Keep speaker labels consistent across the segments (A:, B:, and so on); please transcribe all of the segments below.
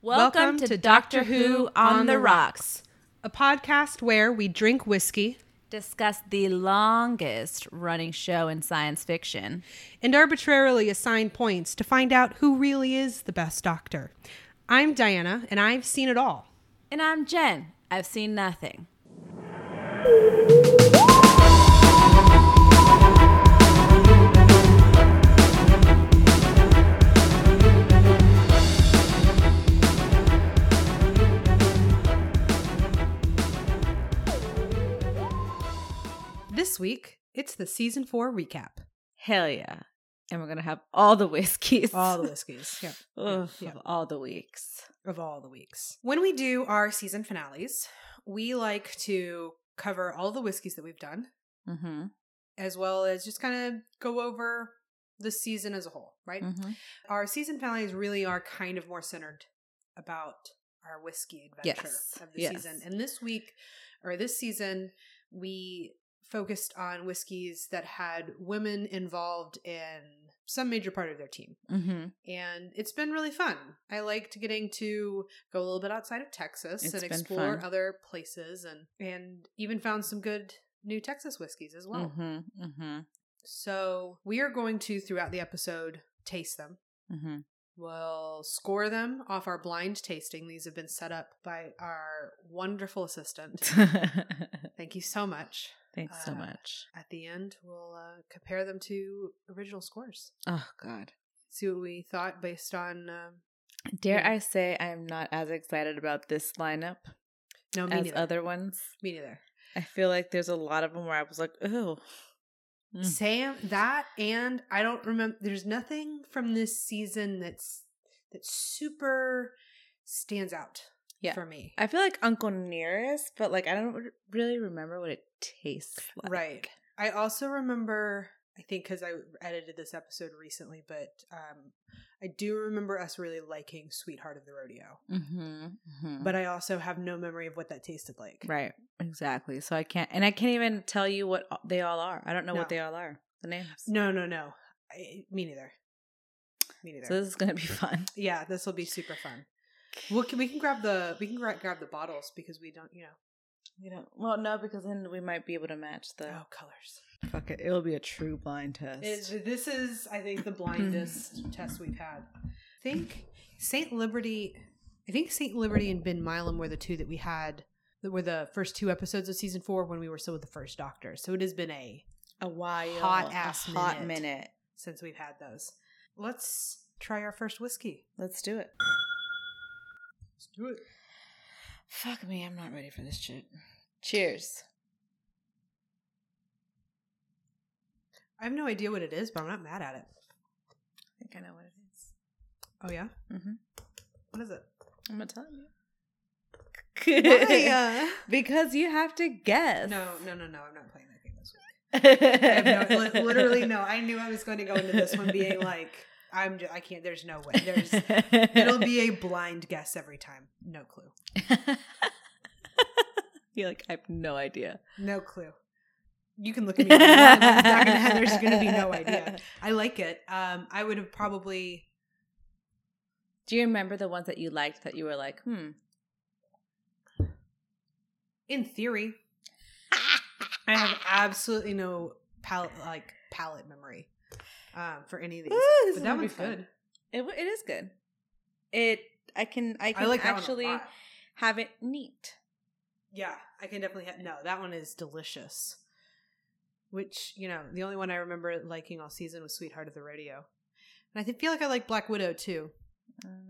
A: Welcome, to, Doctor Who on the Rocks.
B: a podcast where we drink whiskey
A: Discuss the longest running show in science fiction.
B: and arbitrarily assign points to find out who really is the best doctor. I'm Diana, and I've seen it all.
A: And I'm Jen. I've seen nothing.
B: This week, it's the season four recap.
A: Hell yeah. And we're going to have all the whiskeys.
B: All the whiskeys. yeah.
A: Ugh,
B: yeah.
A: of all the weeks.
B: of all the weeks. When we do our season finales, we like to cover all the whiskeys that we've done,
A: Mm-hmm.
B: as well as just kind of go over the season as a whole, right? Our season finales really are kind of more centered about our whiskey adventure
A: Yes,
B: of the
A: yes.
B: season. And this week, or this season, we focused on whiskeys that had women involved in some major part of their team
A: Mm-hmm.
B: and it's been really fun. I liked getting to go a little bit outside of Texas
A: It's
B: and
A: been
B: explore
A: fun.
B: other places and and even found some good new Texas whiskeys as well.
A: Mm-hmm. Mm-hmm.
B: So, we are going to throughout the episode taste them.
A: Mm-hmm.
B: We'll score them off our blind tasting. These have been set up by our wonderful assistant.
A: mm-hmm.
B: Thank you so much.
A: Thanks so
B: Uh,
A: much.
B: At the end, we'll uh, compare them to original scores.
A: Oh, God.
B: See what we thought based on um,
A: Dare
B: Yeah.
A: I say I'm not as excited about this lineup
B: no me
A: as
B: neither.
A: other ones?
B: me neither.
A: I feel like there's a lot of them where I was like, oh, Mm.
B: Sam, that and I don't remember. There's nothing from this season that's that super stands out
A: Yeah.
B: for me.
A: I feel like Uncle Nearest, but like I don't re- really remember what it tastes like.
B: right. I also remember. I think because I edited this episode recently, but um, I do remember us really liking "Sweetheart of the Rodeo,"
A: Mm-hmm.
B: but I also have no memory of what that tasted like.
A: right. Exactly. So I can't, and I can't even tell you what a- they all are. I don't know
B: No.
A: what they all are. The names.
B: No, no, no. I, me neither. Me neither.
A: So this is gonna be fun.
B: yeah, this will be super fun. We'll, we can grab the we can gra- grab the bottles because we don't, you know.
A: We don't. Well, no, because then we might be able to match the.
B: Oh, colors.
A: Fuck it. It'll be a true blind test.
B: this is, I think, the blindest test we've had. I think Saint Liberty. I think Saint Liberty and Ben Milam were the two that we had that were the first two episodes of season four when we were still with the first Doctor. So it has been a
A: a while.
B: Hot
A: a
B: ass
A: hot
B: minute.
A: minute.
B: since we've had those. Let's try our first whiskey.
A: Let's do it.
B: Let's do it.
A: Fuck me, I'm not ready for this shit. Cheers.
B: I have no idea what it is, but I'm not mad at it.
A: I think I know what it is.
B: Oh yeah,
A: Mhm.
B: what is it?
A: I'm gonna tell you.
B: Why,
A: because you have to
B: uh,
A: guess.
B: no, no, no, no. I'm not playing that game this week. I have no, li- literally no. I knew I was going to go into this one being like, I'm. Just, I can't. There's no way. There's. It'll be a blind guess every time. No clue.
A: You're like, I have no idea.
B: No clue. You can look at me. all you want. I'm not gonna have- There's going to be no idea. I like it. Um, I would have probably.
A: Do you remember the ones that you liked that you were like, hmm?
B: In theory, I have absolutely no palate like palate memory um, for any of these. But that one's good.
A: It, w- it is good. It I can I
B: I,
A: can
B: like that
A: actually
B: One a lot.
A: have it neat.
B: Yeah, I can definitely have, no. That one is delicious. Which you know, the only one I remember liking all season was "Sweetheart of the Radio," and I think, feel like I like Black Widow too.
A: Um,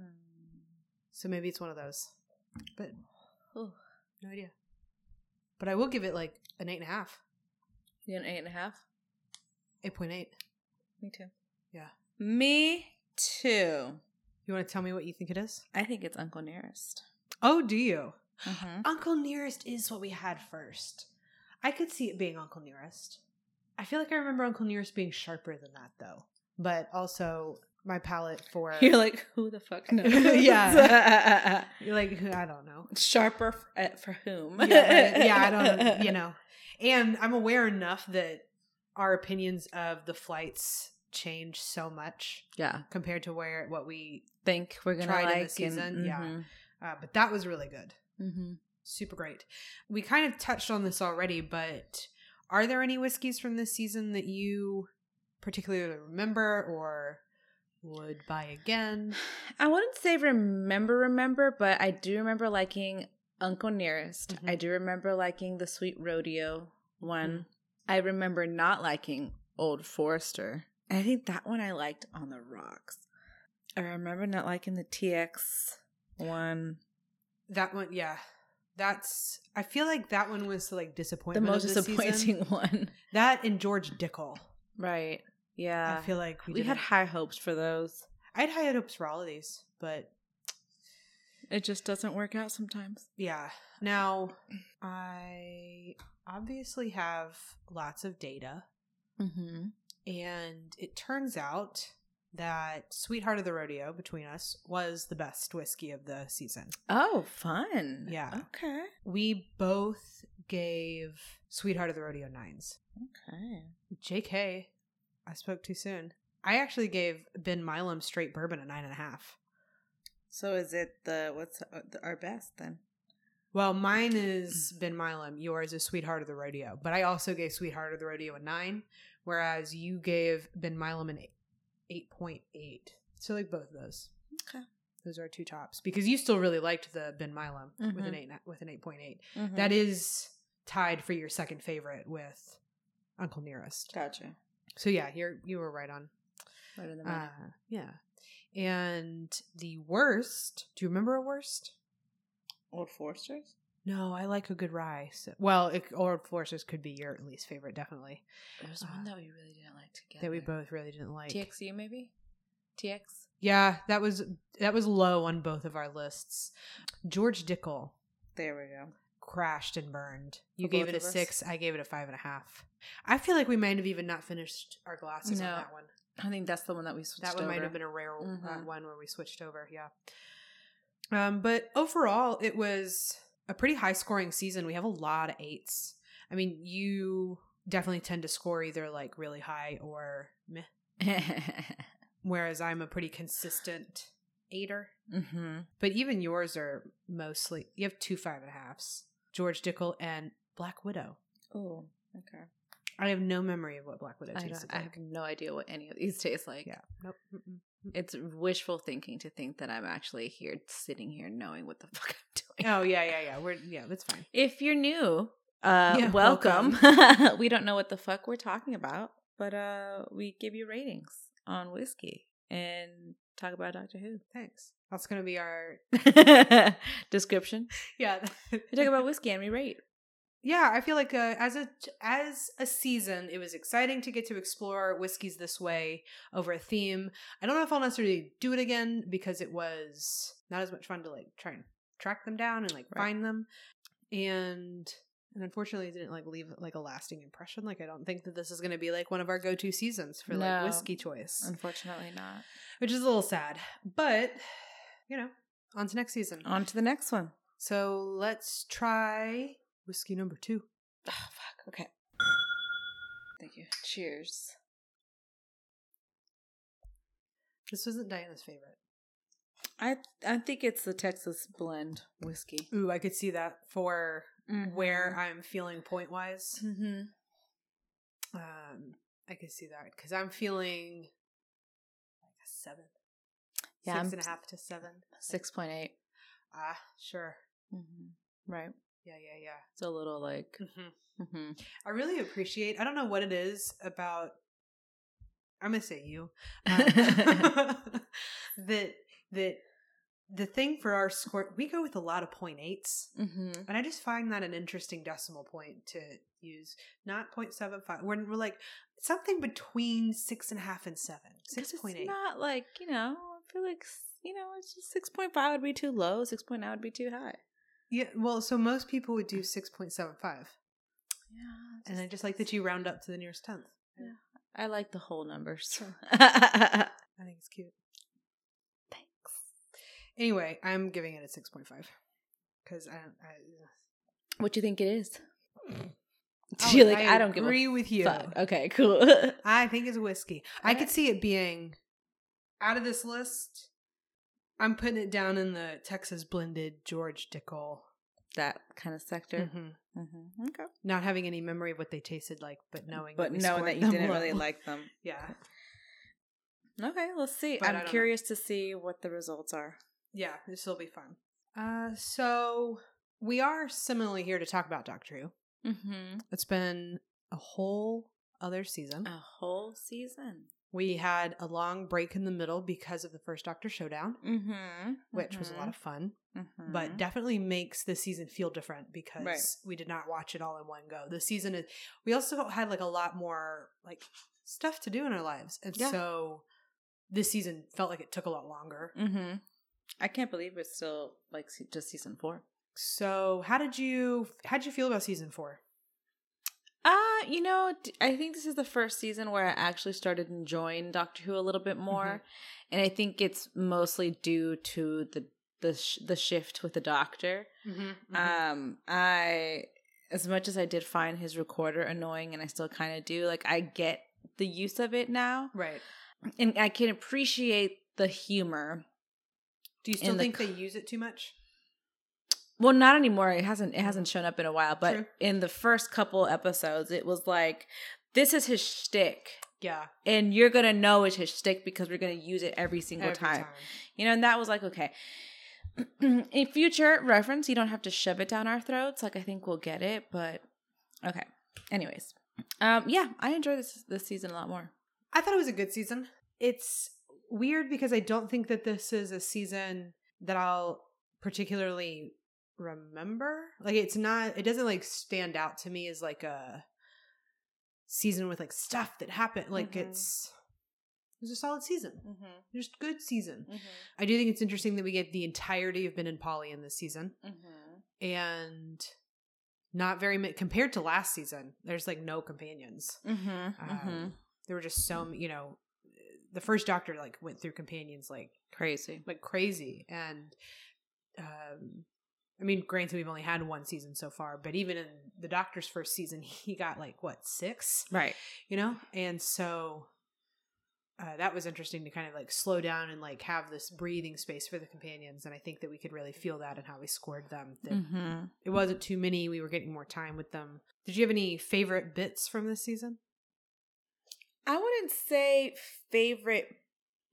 B: So maybe it's one of those. But
A: Ooh.
B: no idea. But I will give it like an eight and a half,
A: You an eight and a half?
B: eight point eight.
A: Me too.
B: Yeah.
A: Me too.
B: You want to tell me what you think it is?
A: I think it's Uncle Nearest. Mm-hmm.
B: Oh, do you? Uncle Nearest is what we had first. I could see it being Uncle Nearest. I feel like I remember Uncle Nearest being sharper than that though. But also my palate for
A: You're like, who the fuck knows?
B: Yeah. You're like, I don't know.
A: Sharper for, uh, for whom?
B: Yeah, right? yeah, I don't, you know. And I'm aware enough that our opinions of the flights change so much
A: Yeah.
B: compared to where what we.
A: Think we're gonna
B: Tried in the
A: like Mm-hmm.
B: season,
A: And,
B: yeah. Uh, but that was really good,
A: hmm
B: super great. We kind of touched on this already, but are there any whiskeys from this season that you particularly remember or would buy again?
A: I wouldn't say remember remember, but I do remember liking Uncle Nearest.
B: Mhm.
A: I do remember liking the Sweet Rodeo one. I remember not liking Old Forester. I think that one I liked on the rocks. I remember not liking the TX one.
B: That one, yeah. That's. I feel like that one was the, like
A: the
B: disappointment.
A: most
B: of this
A: disappointing
B: Season.
A: one.
B: That and George Dickel.
A: Right.
B: I
A: Yeah.
B: feel like we,
A: We had
B: didn't-
A: high hopes for those.
B: I had high hopes for all of these, but
A: It just doesn't work out sometimes.
B: yeah. Now, I obviously have lots of data,
A: Mm-hmm.
B: and it turns out that Sweetheart of the Rodeo between us was the best whiskey of the season.
A: Oh, fun.
B: Yeah.
A: Okay.
B: We both gave Sweetheart of the Rodeo nines.
A: Okay.
B: JK, I spoke too soon. I actually gave Ben Milam straight bourbon a nine and a half.
A: So is it the what's uh, the- our best then?
B: Well, mine is Ben Milam. Yours is Sweetheart of the Rodeo. But I also gave Sweetheart of the Rodeo a nine, whereas you gave Ben Milam an eight point eight. So like both of those.
A: Okay.
B: Those are our two tops because you still really liked the Ben Milam with an eight with an eight point eight.
A: Mm-hmm.
B: That is tied for your second favorite with Uncle Nearest.
A: gotcha.
B: So yeah, you're you were right on.
A: Better than
B: Uh, yeah. And the worst. Do you remember a worst?
A: Old Forsters.
B: No, I like a good rye. So, well, it, Old Foresters could be your least favorite, definitely.
A: There was
B: Uh,
A: one that we really didn't like together.
B: That we both really didn't like.
A: TXU maybe. TX.
B: Yeah, that was that was low on both of our lists. George Dickel
A: There we go.
B: crashed and burned. You
A: For
B: gave
A: both
B: it a
A: of us?
B: six. I gave it a five and a half. I feel like we might have even not finished our glasses
A: No,
B: on that one.
A: I think that's the one that we switched.
B: That one might
A: over.
B: have been a rare uh,
A: Mhm.
B: one where we switched over. Yeah. Um, but overall, it was a pretty high scoring season. We have a lot of eights. I mean, you definitely tend to score either like really high or meh, whereas I'm a pretty consistent eighter.
A: mm-hmm.
B: But even yours are mostly, you have two five and a halves George Dickel and Black Widow.
A: Oh, okay.
B: I have no memory of what Black Widow
A: I,
B: tastes
A: don't- I
B: like.
A: have no idea what any of these taste like.
B: Yeah. Nope. Mm-mm.
A: It's wishful thinking to think that I'm actually here, sitting here, knowing what the fuck I'm doing.
B: Oh, yeah, yeah, yeah. We're, yeah, that's fine.
A: If you're new, uh,
B: Yeah,
A: welcome. we don't know what the fuck we're talking about, but uh, we give you ratings on whiskey and talk about Doctor
B: Thanks. That's going to be our
A: Who. Description:
B: yeah
A: We talk about whiskey and we rate.
B: yeah i feel like uh, as a as a season it was exciting to get to explore whiskeys this way over a theme i don't know if i'll necessarily do it again because it was not as much fun to like try and track them down and like
A: Right.
B: find them and and unfortunately it didn't like leave like a lasting impression like i don't think that this is going to be like one of our go-to seasons for like
A: No.
B: whiskey choice
A: Unfortunately, not.
B: which is a little sad but you know on to next season
A: On to the next one.
B: so let's try whiskey number two
A: Oh fuck. Okay. Thank you. Cheers.
B: This isn't Diana's favorite.
A: I I think it's the Texas blend whiskey.
B: Ooh, I could see that for where I'm feeling point wise.
A: Mm-hmm.
B: Um, I could see that because I'm feeling like a seven,
A: Yeah,
B: six
A: I'm-
B: and a half to seven.
A: Six point eight.
B: Ah, sure.
A: Mm-hmm. Right.
B: Yeah, yeah, yeah.
A: It's a little like. Mm-hmm.
B: I really appreciate. I don't know what it is about. I'm gonna say you uh, that that the thing for our score we go with a lot of point eights.
A: Mm-hmm.
B: And I just find that an interesting decimal point to use. Not 0.75. We're, we're like something between six and a half and seven. 6.8.
A: It's not like you know. I feel like s- you know. It's just six point five would be too low. Six point nine would be too high.
B: yeah, well, so most people would do
A: Mm.
B: 6.75.
A: Yeah.
B: And I just like that you round up to the nearest tenth.
A: I like the whole numbers.
B: I think it's cute.
A: Thanks.
B: Anyway, I'm giving it a 6.5. Because I don't. I,
A: What do you think it is?
B: I
A: You're
B: would-
A: like, Oh, I don't give a
B: agree with you.
A: Fuck. Okay, cool.
B: I think it's whiskey. I could
A: Alright.
B: see it being out of this list. I'm putting it down in the Texas blended George Dickel.
A: that kind of sector.
B: Mhm.
A: Mm-hmm. Okay.
B: Not having any memory of what they tasted like, but knowing
A: But
B: we
A: knowing
B: scored
A: that you
B: them
A: didn't
B: low.
A: really like them.
B: Yeah.
A: Okay, let's see.
B: But I
A: I'm
B: don't know.
A: curious to see what the results are.
B: Yeah, this will be fun. Uh, so we are similarly here to talk about Doctor Who.
A: Mm-hmm.
B: It's been a whole other season.
A: A whole season.
B: We had a long break in the middle because of the first Doctor Showdown,
A: Mm-hmm.
B: which was a lot of fun,
A: mm
B: but definitely makes this season feel different because
A: Right.
B: we did not watch it all in one go. The season is. We also had like a lot more like stuff to do in our lives, and
A: Yeah.
B: so this season felt like it took a lot longer.
A: Mm-hmm. I can't believe it's still like se- just season four.
B: So, how did you how did you feel about season four?
A: Uh, you know, d- I think this is the first season where I actually started enjoying Doctor Who a little bit more, and I think it's mostly due to the the sh- the shift with the Doctor.
B: Mm-hmm,
A: Um, I as much as I did find his recorder annoying, and I still kind of do. Like, I get the use of it now,
B: right.
A: and I can appreciate the humor.
B: Do you still
A: in the
B: think they use it too much?
A: Well, not anymore. It hasn't it hasn't shown up in a while, but
B: True.
A: in the first couple episodes, it was like, this is his shtick.
B: Yeah,
A: and you're gonna know it's his shtick because we're gonna use it every single
B: every
A: time. You know, and that was like okay. In future reference, you don't have to shove it down our throats. Like I think we'll get it, but okay. Anyways, um, yeah, I enjoy this this season a lot more.
B: I thought it was a good season. It's weird because I don't think that this is a season that I'll particularly remember. Like it's not it doesn't like stand out to me as like a season with like stuff that happened. Like
A: Mhm.
B: it's it was a solid season.
A: Mm-hmm,
B: Just good season.
A: mm-hmm,
B: I do think it's interesting that we get the entirety of Ben and Polly in this season.
A: mm-hmm.
B: and not very many compared to last season. There's like no companions.
A: Mm-hmm,
B: Um, There were just so m- you know, the first Doctor like went through companions like
A: Crazy.
B: like crazy, and um, I mean, granted we've only had one season so far, but even in the Doctor's first season, he got like what six,
A: Right.
B: you know, and so. Uh, that was interesting to kind of like slow down and like have this breathing space for the companions and i think that we could really feel that in how we scored them that
A: Mm-hmm.
B: it wasn't too many. We were getting more time with them. Did you have any favorite bits from this season?
A: I wouldn't say favorite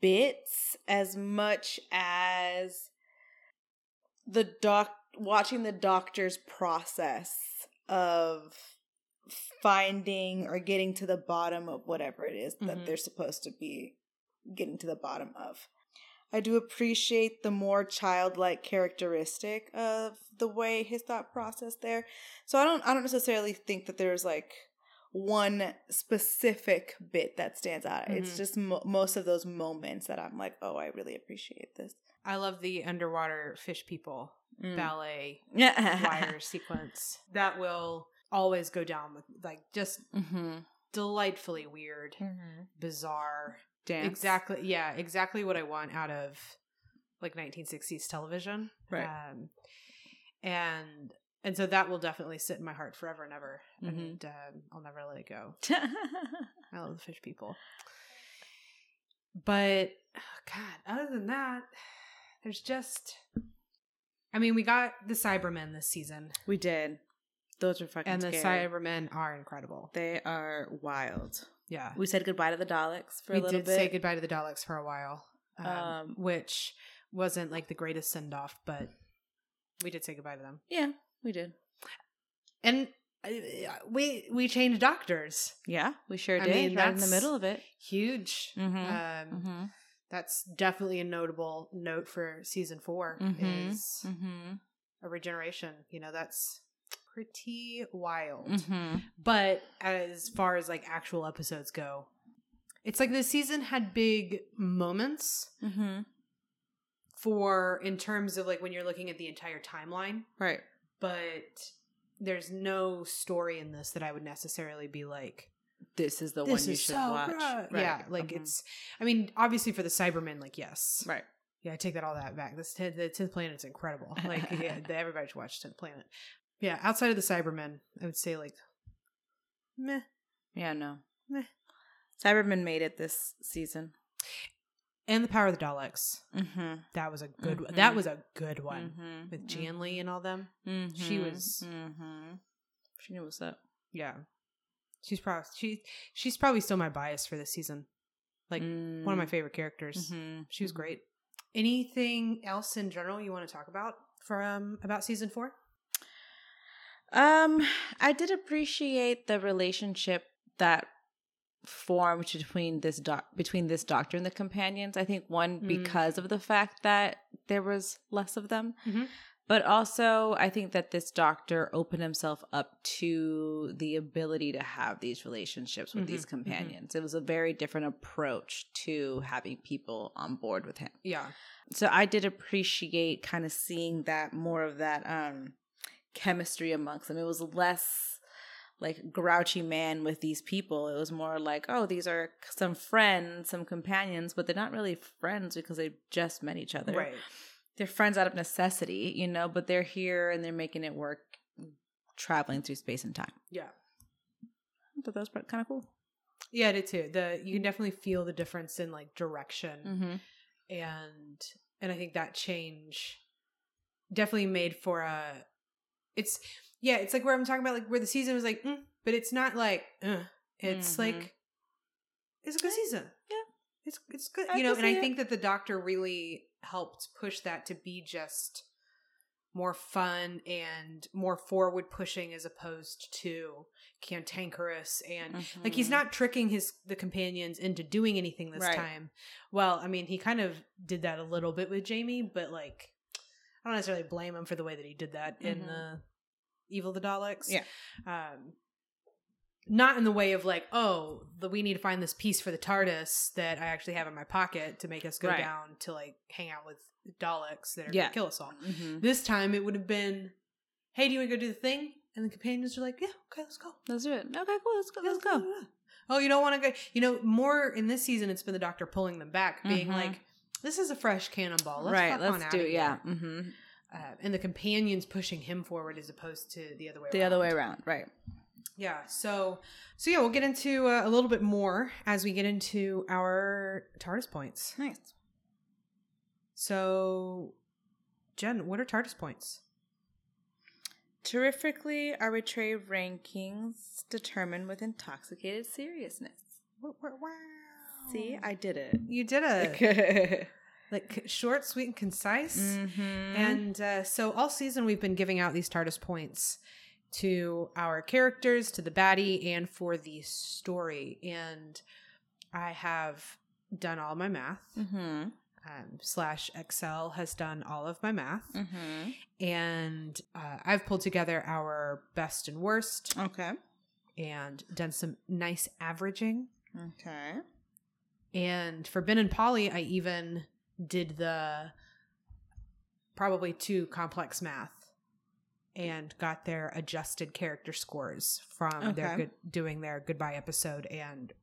A: bits as much as the doc watching the doctor's process of finding or getting to the bottom of whatever it is
B: Mhm.
A: that they're supposed to be getting to the bottom of. I do appreciate the more childlike characteristic of the way his thought process there. So I don't I don't necessarily think that there's like one specific bit that stands out.
B: Mhm.
A: It's just mo- most of those moments that I'm like, "Oh, I really appreciate this."
B: I love the underwater fish people
A: Hmm. Mm.
B: ballet
A: Yeah.
B: wire sequence. That will always go down with like just
A: Mm-hmm.
B: delightfully weird,
A: Hmm.
B: bizarre.
A: Dance.
B: Exactly. Yeah, exactly what I want out of like 1960s television.
A: Right.
B: Um, and and so that will definitely sit in my heart forever and ever, and um, I'll never let it go. I love the fish people. But oh, God, other than that, there's just. I mean, we got the Cybermen this season,
A: we did. Those are fucking
B: and the
A: scary.
B: Cybermen are incredible.
A: they are wild.
B: Yeah,
A: We said goodbye to the Daleks for
B: we
A: a little
B: did
A: bit.
B: say goodbye to the Daleks for a while, um,
A: Um,
B: which wasn't like the greatest send off, but we did say goodbye to them,
A: yeah, we did.
B: and uh, we we changed doctors.
A: Yeah, we sure
B: I
A: did.
B: mean,
A: right in the
B: that's-
A: middle of it.
B: Huge.
A: Mm-hmm.
B: Um, That's definitely a notable note for season 4
A: Mhm.
B: Is
A: Mm-hmm.
B: a regeneration. You know, that's pretty wild.
A: Mm-hmm.
B: But as far as like actual episodes go, it's like this season had big moments
A: Mm-hmm.
B: for in terms of like when you're looking at the entire timeline,
A: Right.
B: but there's no story in this that I would necessarily be like
A: This is the
B: this
A: one you
B: is
A: should
B: so
A: watch.
B: good.
A: Right.
B: Yeah, like
A: Mhm.
B: it's I mean, obviously for the Cybermen like yes.
A: right.
B: Yeah, I take that all that back. This t- the Tenth Planet's incredible. Like, yeah, the, everybody should watch Tenth Planet. Yeah, outside of the Cybermen, I would say like Meh.
A: Yeah, no.
B: Meh.
A: Cybermen made it this season.
B: And the power of the Daleks.
A: Mm-hmm.
B: That was a good.
A: Mhm.
B: That was a good one
A: Mm-hmm.
B: with Jan Lee and all them.
A: Mm-hmm.
B: She was-
A: Mm-hmm. She knew what's up.
B: Yeah, she's probably she she's probably still my bias for this season. Like, One of my favorite characters.
A: Mm. Mm-hmm.
B: She was great. Anything else in general you want to talk about from about season four?
A: Um, I did appreciate the relationship that formed between this doc between this doctor and the companions. I think one
B: Mm.
A: because of the fact that there was less of them.
B: Mhm.
A: But also, I think that this doctor opened himself up to the ability to have these relationships with
B: Mhm,
A: these
B: mhm.
A: companions. It was a very different approach to having people on board with him
B: Yeah.
A: so I did appreciate kind of seeing that more of that um chemistry amongst them. It was less like grouchy man with these people. It was more like, oh, these are some friends, some companions, but they're not really friends because they just met each other.
B: Right.
A: They're friends out of necessity, you know, but they're here and they're making it work traveling through space and time.
B: Yeah.
A: I thought that was kind of cool.
B: Yeah, I did too. The you can definitely feel the difference in like direction
A: Mm-hmm.
B: and and I think that change definitely made for a it's yeah, it's like where I'm talking about like where the season was like, mm, but it's not like uh, it's
A: Mhm.
B: like it's a good season.
A: yeah.
B: It's it's good.
A: I
B: you know,
A: can
B: and I
A: see it.
B: think that the doctor really helped push that to be just more fun and more forward pushing as opposed to cantankerous and like
A: Mm-hmm.
B: he's not tricking his the companions into doing anything this
A: Right.
B: time. Well, I mean, he kind of did that a little bit with Jamie, but like I don't necessarily blame him for the way that he did that in
A: Mhm.
B: the Evil of the Daleks.
A: Yeah.
B: Um not in the way of like, oh, the, we need to find this piece for the TARDIS that I actually have in my pocket to make us go
A: Right.
B: down to like hang out with Daleks that are
A: Yeah.
B: gonna kill us all.
A: hmm
B: This time it would have been, hey, do you want to go do the thing? And the companions are like, yeah, okay, let's go.
A: Let's do it. Okay, cool. Let's go. Let's
B: Yeah,
A: go.
B: yeah, yeah. Oh, you don't want to go. You know, more in this season, it's been the doctor pulling them back, being
A: Mhm.
B: like, "This is a fresh cannonball. Let's
A: right.
B: fuck on
A: Let's
B: outta
A: do it.
B: here."
A: Yeah. Mm-hmm.
B: Uh, and the companions pushing him forward as opposed to the other way.
A: The
B: around.
A: other way around. Right.
B: Yeah. So, so yeah, we'll get into uh, a little bit more as we get into our TARDIS points.
A: Nice.
B: So, Jen, what are TARDIS points?
A: Terrifically arbitrary rankings determined with intoxicated seriousness.
B: Wow.
A: See, I did it.
B: you did it.
A: mm-hmm.
B: like short, sweet, and concise. And uh, so all season we've been giving out these TARDIS points to our characters, to the baddie, and for the story. And I have done all my math.
A: hmm
B: Um, slash Excel has done all of my math,
A: hmm
B: and uh, I've pulled together our best and worst,
A: Okay.
B: and done some nice averaging.
A: Okay.
B: And for Ben and Polly, I even did the probably too complex math and got their adjusted character scores from their
A: Okay.
B: good, doing their goodbye episode and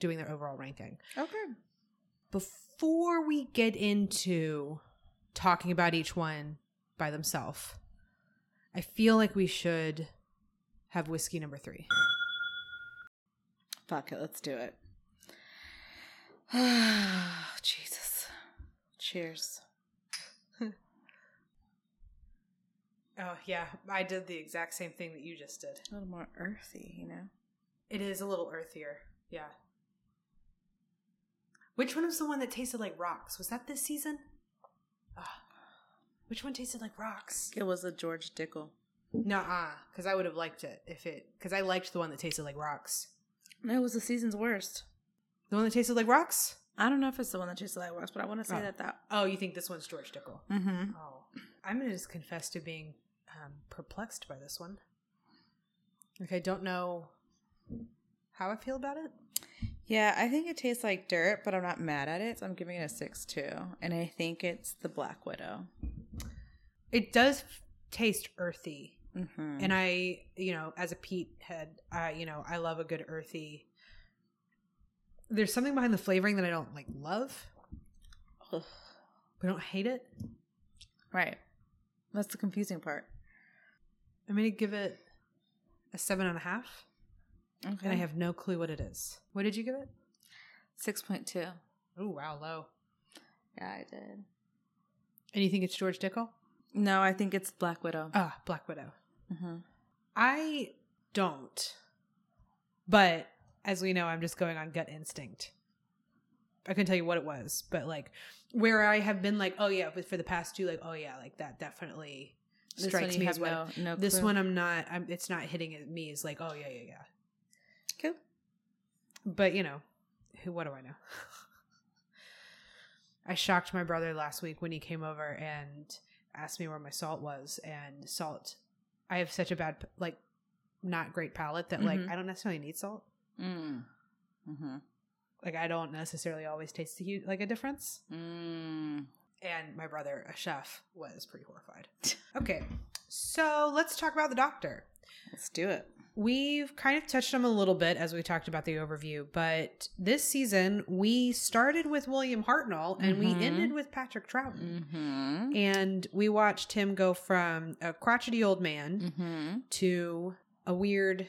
B: doing their overall ranking.
A: Okay.
B: Before we get into talking about each one by themselves, I feel like we should have whiskey number three.
A: Fuck it. Let's do it. Oh, Jesus. Cheers.
B: Oh, yeah. I did the exact same thing that you just did.
A: A little more earthy, you know?
B: It is a little earthier. Yeah. Which one was the one that tasted like rocks? Was that this season? Ah. Which one tasted like rocks?
A: It was a George Dickel.
B: Nuh-uh, because I would have liked it if it. Because I liked the one that tasted like rocks.
A: No, it was the season's worst.
B: The one that tasted like rocks?
A: I don't know if it's the one that tastes like worst, but I want to say
B: Oh.
A: that that.
B: Oh, you think this one's George Dickel?
A: Mm-hmm.
B: Oh, I'm gonna just confess to being um, perplexed by this one. Like I don't know how I feel about it.
A: Yeah, I think it tastes like dirt, but I'm not mad at it, so I'm giving it a six too. And I think it's the Black Widow.
B: It does taste earthy.
A: Mm-hmm.
B: and I, you know, as a peat head, I, you know, I love a good earthy. There's something behind the flavoring that I don't like love, but I don't hate it.
A: Right. That's the confusing part.
B: I'm gonna give it a seven and a half.
A: Okay.
B: and I have no clue what it is. What did you give it?
A: 6.2. Yeah,
B: Oh wow, low.
A: I did.
B: And you think it's George Dickel?
A: No, I think it's Black Widow.
B: Ah, Black Widow.
A: hmm
B: I don't. But as we know, I'm just going on gut instinct. I couldn't tell you what it was, but like where I have been like, oh yeah, but for the past two, like, oh yeah, like that definitely strikes me as well.
A: no, no
B: this
A: clue.
B: one I'm not I'm it's not hitting at me is like, oh yeah, yeah, yeah.
A: Cool.
B: But you know, who what do I know? I shocked my brother last week when he came over and asked me where my salt was and salt I have such a bad like not great palate that like
A: Mhm.
B: I don't necessarily need salt.
A: Mm. Mm-hmm.
B: Like I don't necessarily always taste the huge, like a difference.
A: Mm.
B: And my brother, a chef, was pretty horrified. okay. So let's talk about the doctor.
A: Let's do it.
B: We've kind of touched on him a little bit as we talked about the overview, but this season we started with William Hartnell and
A: Mhm.
B: we ended with Patrick Troughton.
A: Mm-hmm.
B: And we watched him go from a crotchety old man
A: Mm-hmm.
B: to a weird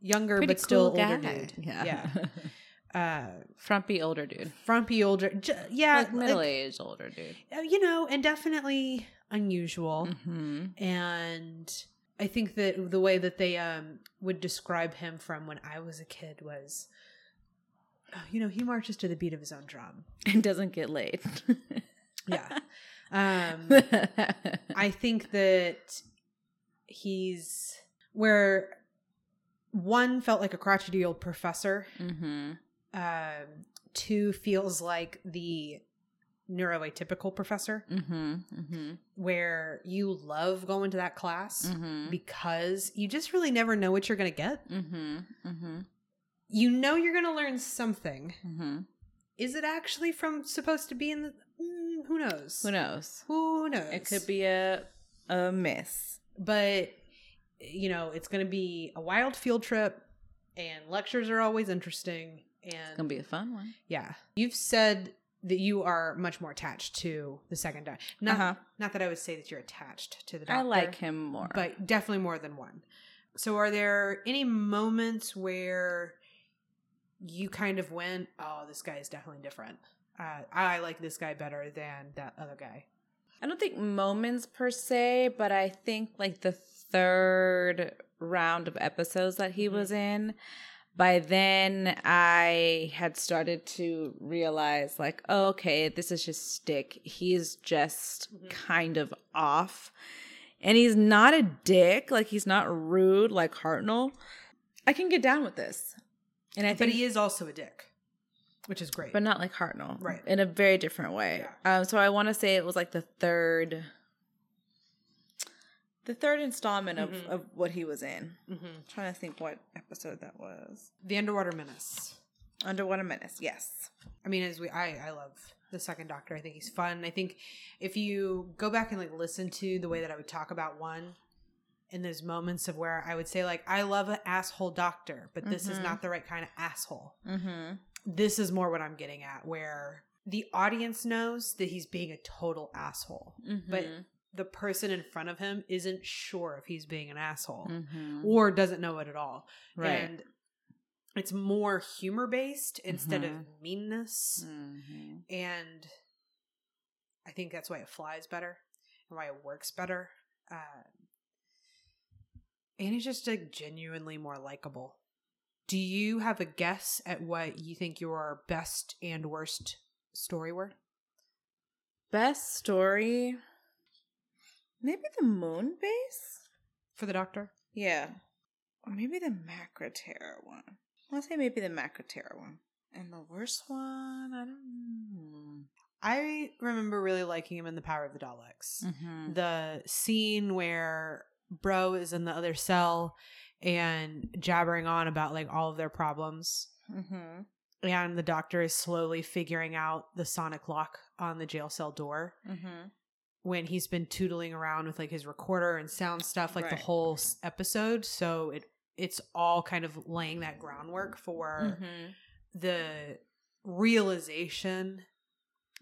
B: younger but still older dude.
A: Yeah.
B: Uh
A: Frumpy older dude.
B: frumpy older j- yeah,
A: like middle aged older dude.
B: uh, you know, and definitely unusual.
A: Mm-hmm.
B: and I think that the way that they um would describe him from when I was a kid was, oh, you know, he marches to the beat of his own drum.
A: And doesn't get laid.
B: Yeah.
A: Mm-hmm.
B: um,
A: I,
B: I think that he's where one felt like a crotchety old professor.
A: mm-hmm.
B: Um, two feels like the neuroatypical professor,
A: Mm-hmm. Mm-hmm.
B: where you love going to that class.
A: Mm-hmm.
B: Because you just really never know what you're going to get.
A: Mm-hmm. Mm-hmm.
B: you know you're going to learn something.
A: Mm-hmm.
B: Is it actually from supposed to be in the? Mm, who knows?
A: Who knows?
B: Who knows?
A: It could be a a miss.
B: but you know, it's going to be a wild field trip, and lectures are always interesting. And
A: It's gonna be a fun one.
B: yeah, you've said that you are much more attached to the second doctor. Not
A: Uh-huh.
B: not that I would say that you're attached to the doctor.
A: I like him more.
B: but definitely more than one. So, are there any moments where you kind of went, "Oh, this guy is definitely different. Uh, I like this guy better than that other guy."
A: I don't think moments per se, but I think like the third round of episodes that he
B: Mhm.
A: was in, by then I had started to realize like, oh, okay, this is just stick. He's just
B: Mhm.
A: kind of off. And he's not a dick, like he's not rude like Hartnell. I can get down with this. And I
B: but
A: think
B: he is also a dick, which is great.
A: but not like Hartnell,
B: Right.
A: In a very different way. Um, so I want to say it was like the third, the third installment of
B: Mhm.
A: of what he was in.
B: Mhm.
A: trying to think what episode that was.
B: The Underwater Menace.
A: Underwater Menace. Yes.
B: I mean, as we, I, I love the Second Doctor. I think he's fun. I think if you go back and like listen to the way that I would talk about one. In those moments of where I would say, like, I love an asshole doctor, but this is
A: Mhm.
B: not the right kind of asshole.
A: Mm-hmm.
B: this is more what I'm getting at, where the audience knows that he's being a total asshole.
A: But
B: The person in front of him isn't sure if he's being an asshole or doesn't know it at all.
A: Mm-hmm. right.
B: And it's more humor based instead of meanness.
A: Mhm.
B: And I think that's why it flies better and why it works better. Uh, and he's just like genuinely more likable. Do you have a guess at what you think your best and worst story were?
A: Best story. Maybe the moon base.
B: for the doctor?
A: Yeah. Or maybe the Macroterra one. I'll say maybe the Macroterra one. And the worst one, I don't
B: I remember really liking him in The Power of the Daleks.
A: Mm-hmm.
B: The scene where Bro is in the other cell and jabbering on about like all of their problems.
A: Mm-hmm.
B: And the doctor is slowly figuring out the sonic lock on the jail cell door
A: Mm-hmm.
B: when he's been tootling around with like his recorder and sound stuff like the
A: Right.
B: whole s- episode. So it it's all kind of laying that groundwork for
A: Mm-hmm.
B: the realization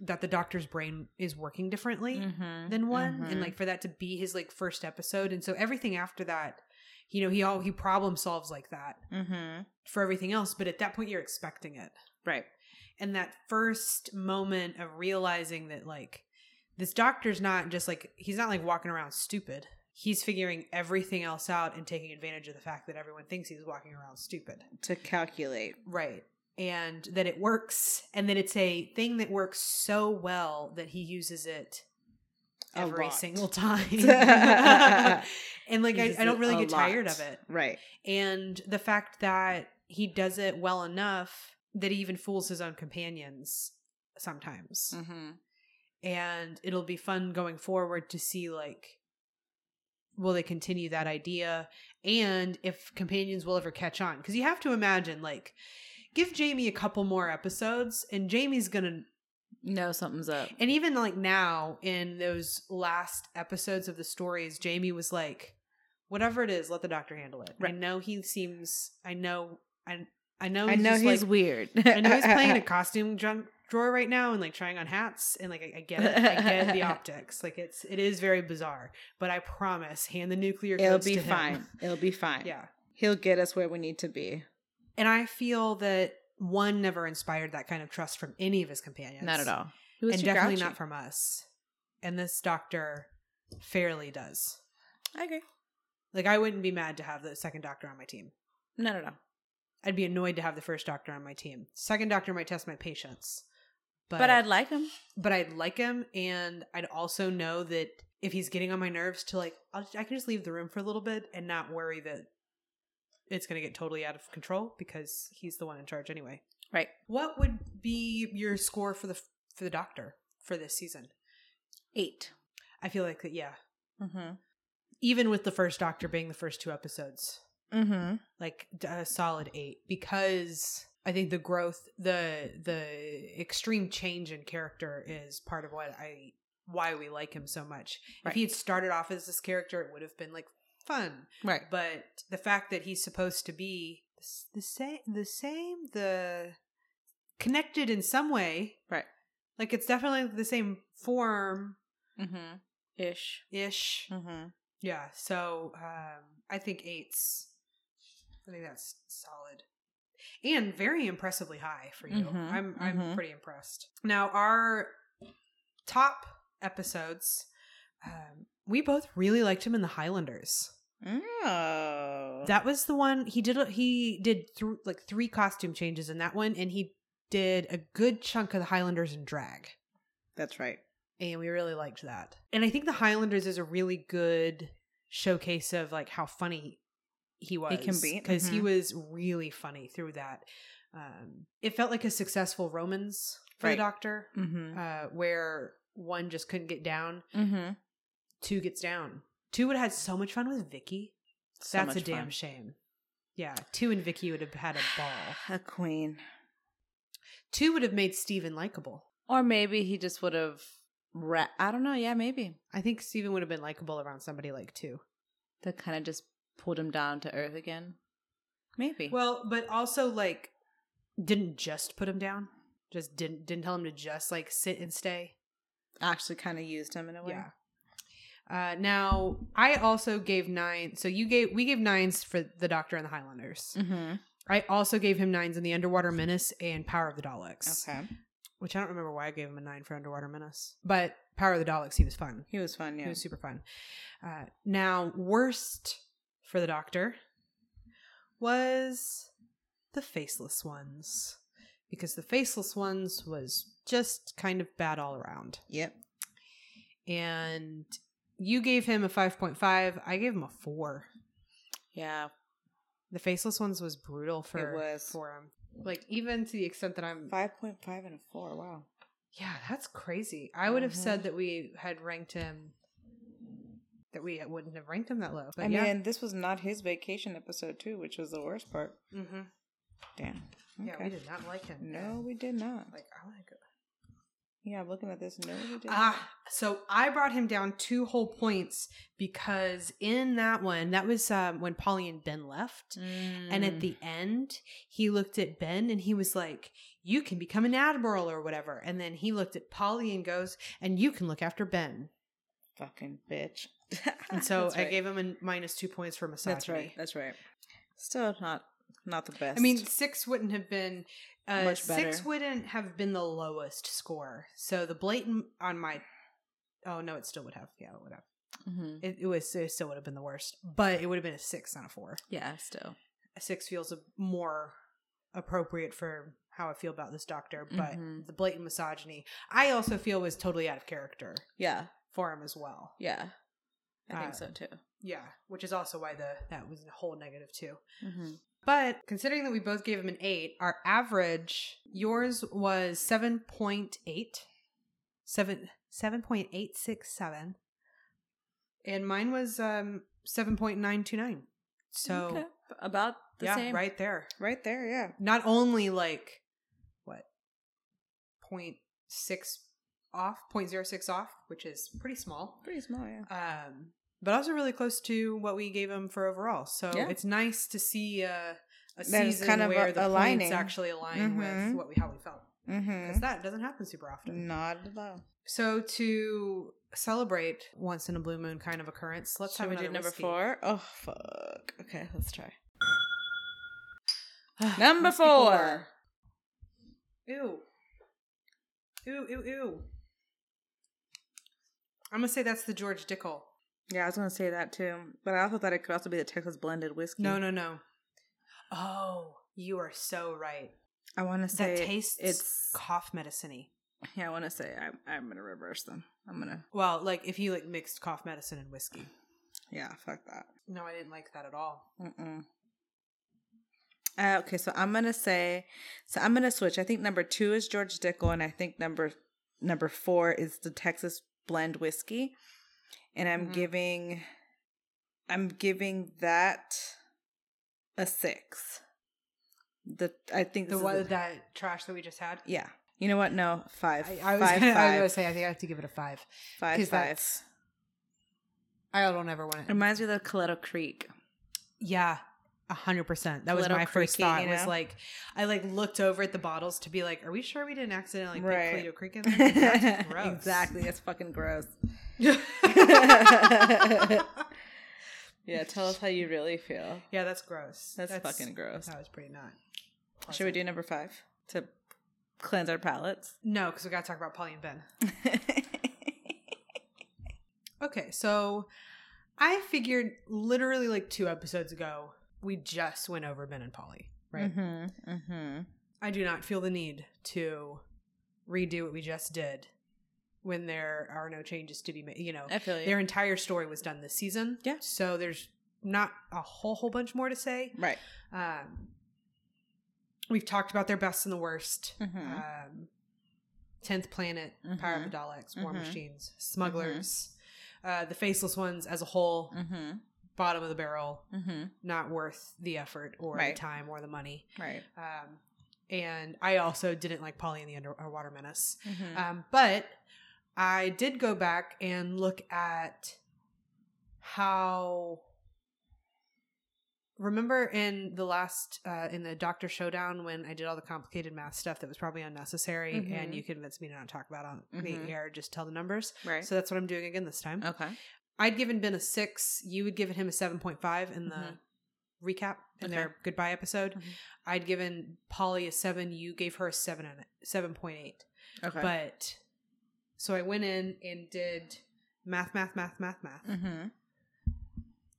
B: that the doctor's brain is working differently
A: Mm-hmm.
B: than one and like for that to be his like first episode and so everything after that you know, he all he problem solves like that
A: Mm-hmm.
B: for everything else, but at that point you're expecting it.
A: Right.
B: And that first moment of realizing that like this doctor's not just like he's not like walking around stupid. He's figuring everything else out and taking advantage of the fact that everyone thinks he's walking around stupid.
A: To calculate.
B: Right. And that it works and that it's a thing that works so well that he uses it
A: A
B: every
A: lot.
B: single time. and like I,
A: Uses
B: I don't
A: it
B: really
A: a
B: get tired
A: lot.
B: of it.
A: Right.
B: And the fact that he does it well enough that he even fools his own companions sometimes.
A: Mm-hmm.
B: And it'll be fun going forward to see like will they continue that idea and if companions will ever catch on cuz you have to imagine like give Jamie a couple more episodes and Jamie's going to
A: No, something's up.
B: and even like now in those last episodes of the stories, Jamie was like, "Whatever it is, let the doctor handle it."
A: Right.
B: I know he seems. I know. I I know.
A: I know
B: just,
A: he's
B: like-
A: weird.
B: I know he's playing a costume junk drawer right now and like trying on hats and like I, I get it. I get the optics. Like it's it is very bizarre. But I promise, hand the nuclear.
A: It'll
B: codes
A: be
B: to him.
A: fine. It'll be fine.
B: Yeah,
A: He'll get us where we need to be.
B: and I feel that one never inspired that kind of trust from any of his companions.
A: Not at all.
B: and definitely not from us. And this doctor fairly does.
A: I agree.
B: Like I wouldn't be mad to have the second doctor on my team.
A: Not at all.
B: I'd be annoyed to have the first doctor on my team. Second doctor might test my patience. But
A: But, I'd like him.
B: but I'd like him and I'd also know that if he's getting on my nerves to like I'll, I can just leave the room for a little bit and not worry that it's going to get totally out of control because he's the one in charge anyway.
A: Right.
B: What would be your score for the for the doctor for this season?
A: 8
B: I feel like that yeah,
A: Mm-hmm.
B: even with the first Doctor being the first two episodes,
A: Mm-hmm.
B: like d- a solid eight, because I think the growth, the the extreme change in character is part of what I why we like him so much. If he had started off as this character, it would have been like fun,
A: Right.
B: but the fact that he's supposed to be s- the same, the same, the connected in some way,
A: Right.
B: Like it's definitely the same form
A: Mm-hmm. Ish.
B: ish.
A: Mm-hmm.
B: Yeah, so um, I think eights. I think that's solid, and very impressively high for you.
A: Mhm,
B: I'm I'm
A: mhm.
B: pretty impressed. Now our top episodes, um, we both really liked him in the Highlanders.
A: Oh.
B: That was the one he did. a- He did th- like three costume changes in that one, and he did a good chunk of the Highlanders in drag
A: That's right.
B: and we really liked that. And I think the Highlanders is a really good showcase of like how funny he was.
A: can be,
B: because he
A: mhm.
B: was really funny through that. Um, it felt like a successful Romans for the
A: Right.
B: Doctor,
A: Mm-hmm.
B: uh, where one just couldn't get down,
A: Mm-hmm.
B: two gets down. Two would have had so much fun with Vicky. That's a damn shame. Yeah, two and Vicky would have had a ball.
A: A queen.
B: Two would have made Steven likable.
A: Or maybe he just would have. Ra- I don't know. Yeah, maybe
B: I think Steven would have been likable around somebody like two.
A: that kind of just pulled him down to earth again. Maybe.
B: Well, but also like didn't just put him down. Just didn't didn't tell him to just like sit and stay.
A: actually, kind of used him in a way.
B: Yeah. Uh, now I also gave nine. So you gave we gave nines for the Doctor and the Highlanders.
A: Mm-hmm.
B: I also gave him nines in the Underwater Menace and Power of the Daleks,
A: Okay.
B: which I don't remember why I gave him a nine for Underwater Menace. But Power of the Daleks, he was fun.
A: He was fun.
B: It
A: Yeah.
B: was super fun. Uh, now, worst for the doctor was the faceless ones because the faceless ones was just kind of bad all around.
A: Yep.
B: And you gave him a 5.5, I gave him a 4.
A: Yeah.
B: The faceless ones was brutal for
A: It was.
B: for him. Like even to the extent that I'm
A: Five point five and a four. Wow.
B: Yeah, that's crazy. I would have
A: Mhm.
B: said that we had ranked him that we wouldn't have ranked him that low. But
A: I
B: yeah.
A: mean, this was not his vacation episode too, which was the worst part.
B: Mhm.
A: Damn.
B: Yeah, we did not like him.
A: No, we did not.
B: Like I like it.
A: Yeah, I'm looking at this. No, we did. not.
B: Ah, so I brought him down two whole points because in that one, that was um, when Polly and Ben left. And
A: Mm.
B: at the end, he looked at Ben and he was like, You can become an admiral or whatever. And then he looked at Polly and goes, And you can look after Ben.
A: fucking bitch.
B: And so
A: Ah, That's
B: I
A: right.
B: gave him a minus two points for misogyny.
A: That's right. That's right. Still not not the best.
B: I mean, six wouldn't have been uh,
A: Much
B: Six
A: better.
B: wouldn't have been the lowest score. So the blatant on my. Oh no, it still would have. Yeah, it would have.
A: Mhm.
B: It, it was. It still would have been the worst, but it would have been a six, not a four.
A: yeah, still.
B: A six feels a, more appropriate for how I feel about this doctor, but
A: Mhm.
B: the blatant misogyny, I also feel was totally out of character
A: Yeah,
B: for him as well.
A: yeah. I
B: Uh,
A: think so too.
B: Yeah, which is also why the that was a whole negative too.
A: Mm-hmm.
B: But considering that we both gave him an eight, our average, yours was 7.8. 7, 7.867. And mine was um 7.929. So
A: about the
B: yeah,
A: same.
B: right there.
A: right there. Yeah.
B: Not only like what point six off, point zero six off, which is pretty small.
A: Pretty small. Yeah.
B: Um but also really close to what we gave him for overall. So
A: Yeah.
B: it's nice to see uh a
A: That it's
B: season
A: kind of
B: where
A: a-
B: the
A: aligning.
B: points actually align with
A: Mhm.
B: what we how we felt because
A: Mm-hmm.
B: that doesn't happen super often.
A: Not at all.
B: So to celebrate once in a blue moon kind of occurrence, let's
A: Should
B: have
A: we do
B: another
A: number
B: whiskey.
A: four? Oh fuck. Okay, let's try.
B: Whiskey
A: Number four.
B: Ew. Ew, ew, ew. I'm gonna say that's the George Dickel.
A: Yeah, I was gonna say that too, but I also thought it could also be the Texas blended whiskey.
B: No, no, no. Oh, you are so right.
A: I want to say
B: that tastes
A: it's.
B: cough medicine-y.
A: Yeah, I want to say I'm. I'm gonna reverse them. I'm gonna.
B: Well, like if you like mixed cough medicine and whiskey.
A: Yeah, fuck that.
B: No, I didn't like that at all.
A: Mm-mm. Uh, okay, so I'm gonna say, so I'm gonna switch. I think number two is George Dickel, and I think number number four is the Texas Blend whiskey, and I'm
B: Mhm.
A: giving, I'm giving that a six. The I think
B: The
A: this is
B: one
A: a-
B: that trash that we just had.
A: yeah. You know what? No, five.
B: I, I was
A: five,
B: gonna, I
A: five,
B: was gonna say I think I have to give it a five.
A: five,
B: 'cause
A: five.
B: that's- I don't ever want
A: It reminds me of the Coletto Creek.
B: Yeah, a hundred percent. That was
A: Little
B: my first
A: creaky,
B: thought.
A: you
B: Was
A: know?
B: like, I like looked over at the bottles to be like, "Are we sure we didn't accidentally like
A: Right.
B: put Cleto Creek in there?" 'Cause that's gross.
A: exactly. It's fucking gross. Yeah, tell us how you really feel.
B: yeah, that's gross.
A: That's fucking gross.
B: That was pretty not.
A: Should we
B: pleasant.
A: do number five to cleanse our palates?
B: No, because we gotta talk about Polly and Ben. Okay, so I figured literally like two episodes ago, we just went over Ben and Polly, right?
A: Mm-hmm. Mm-hmm.
B: I do not feel the need to redo what we just did when there are no changes to be made. You know,
A: I feel you.
B: their entire story was done this season.
A: Yeah.
B: So there's not a whole whole bunch more to say.
A: right.
B: Um, we've talked about their best and the worst.
A: Mhm.
B: Um, Tenth Planet,
A: Mm-hmm.
B: Power of the Daleks, War
A: Mhm.
B: Machines, Smugglers, uh, the Faceless Ones as a whole,
A: Mm-hmm.
B: bottom of the barrel,
A: Mm-hmm.
B: not worth the effort or
A: Right.
B: the time or the money.
A: Right.
B: Um, and I also didn't like Polly and the Underwater Menace.
A: Mm-hmm.
B: Um, but I did go back and look at how. Remember in the last uh, in the Doctor Showdown when I did all the complicated math stuff that was probably unnecessary,
A: Mhm.
B: and you convinced me to not talk about it on
A: Mhm.
B: the air, just tell the numbers.
A: right.
B: So that's what I'm doing again this time.
A: okay.
B: I'd given Ben a six. You had given him a seven point five in the
A: Mhm.
B: recap in
A: Okay.
B: their goodbye episode.
A: Mhm.
B: I'd given Polly a seven. You gave her a seven and a seven point eight.
A: Okay.
B: But so I went in and did math, math, math, math, math,
A: mm-hmm.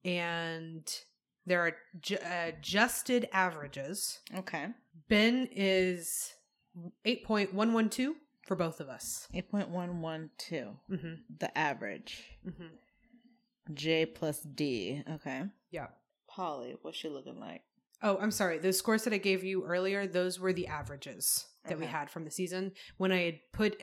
B: and there are ju- uh, adjusted averages.
A: Okay.
B: Ben is eight point one one two for both of us.
A: Eight point one one two.
B: Mm-hmm.
A: The average.
B: Mm-hmm.
A: J plus D. Okay.
B: Yeah.
A: Polly, what's she looking like?
B: Oh, I'm sorry. Those scores that I gave you earlier, those were the averages that we
A: Okay.
B: had from the season. When I had put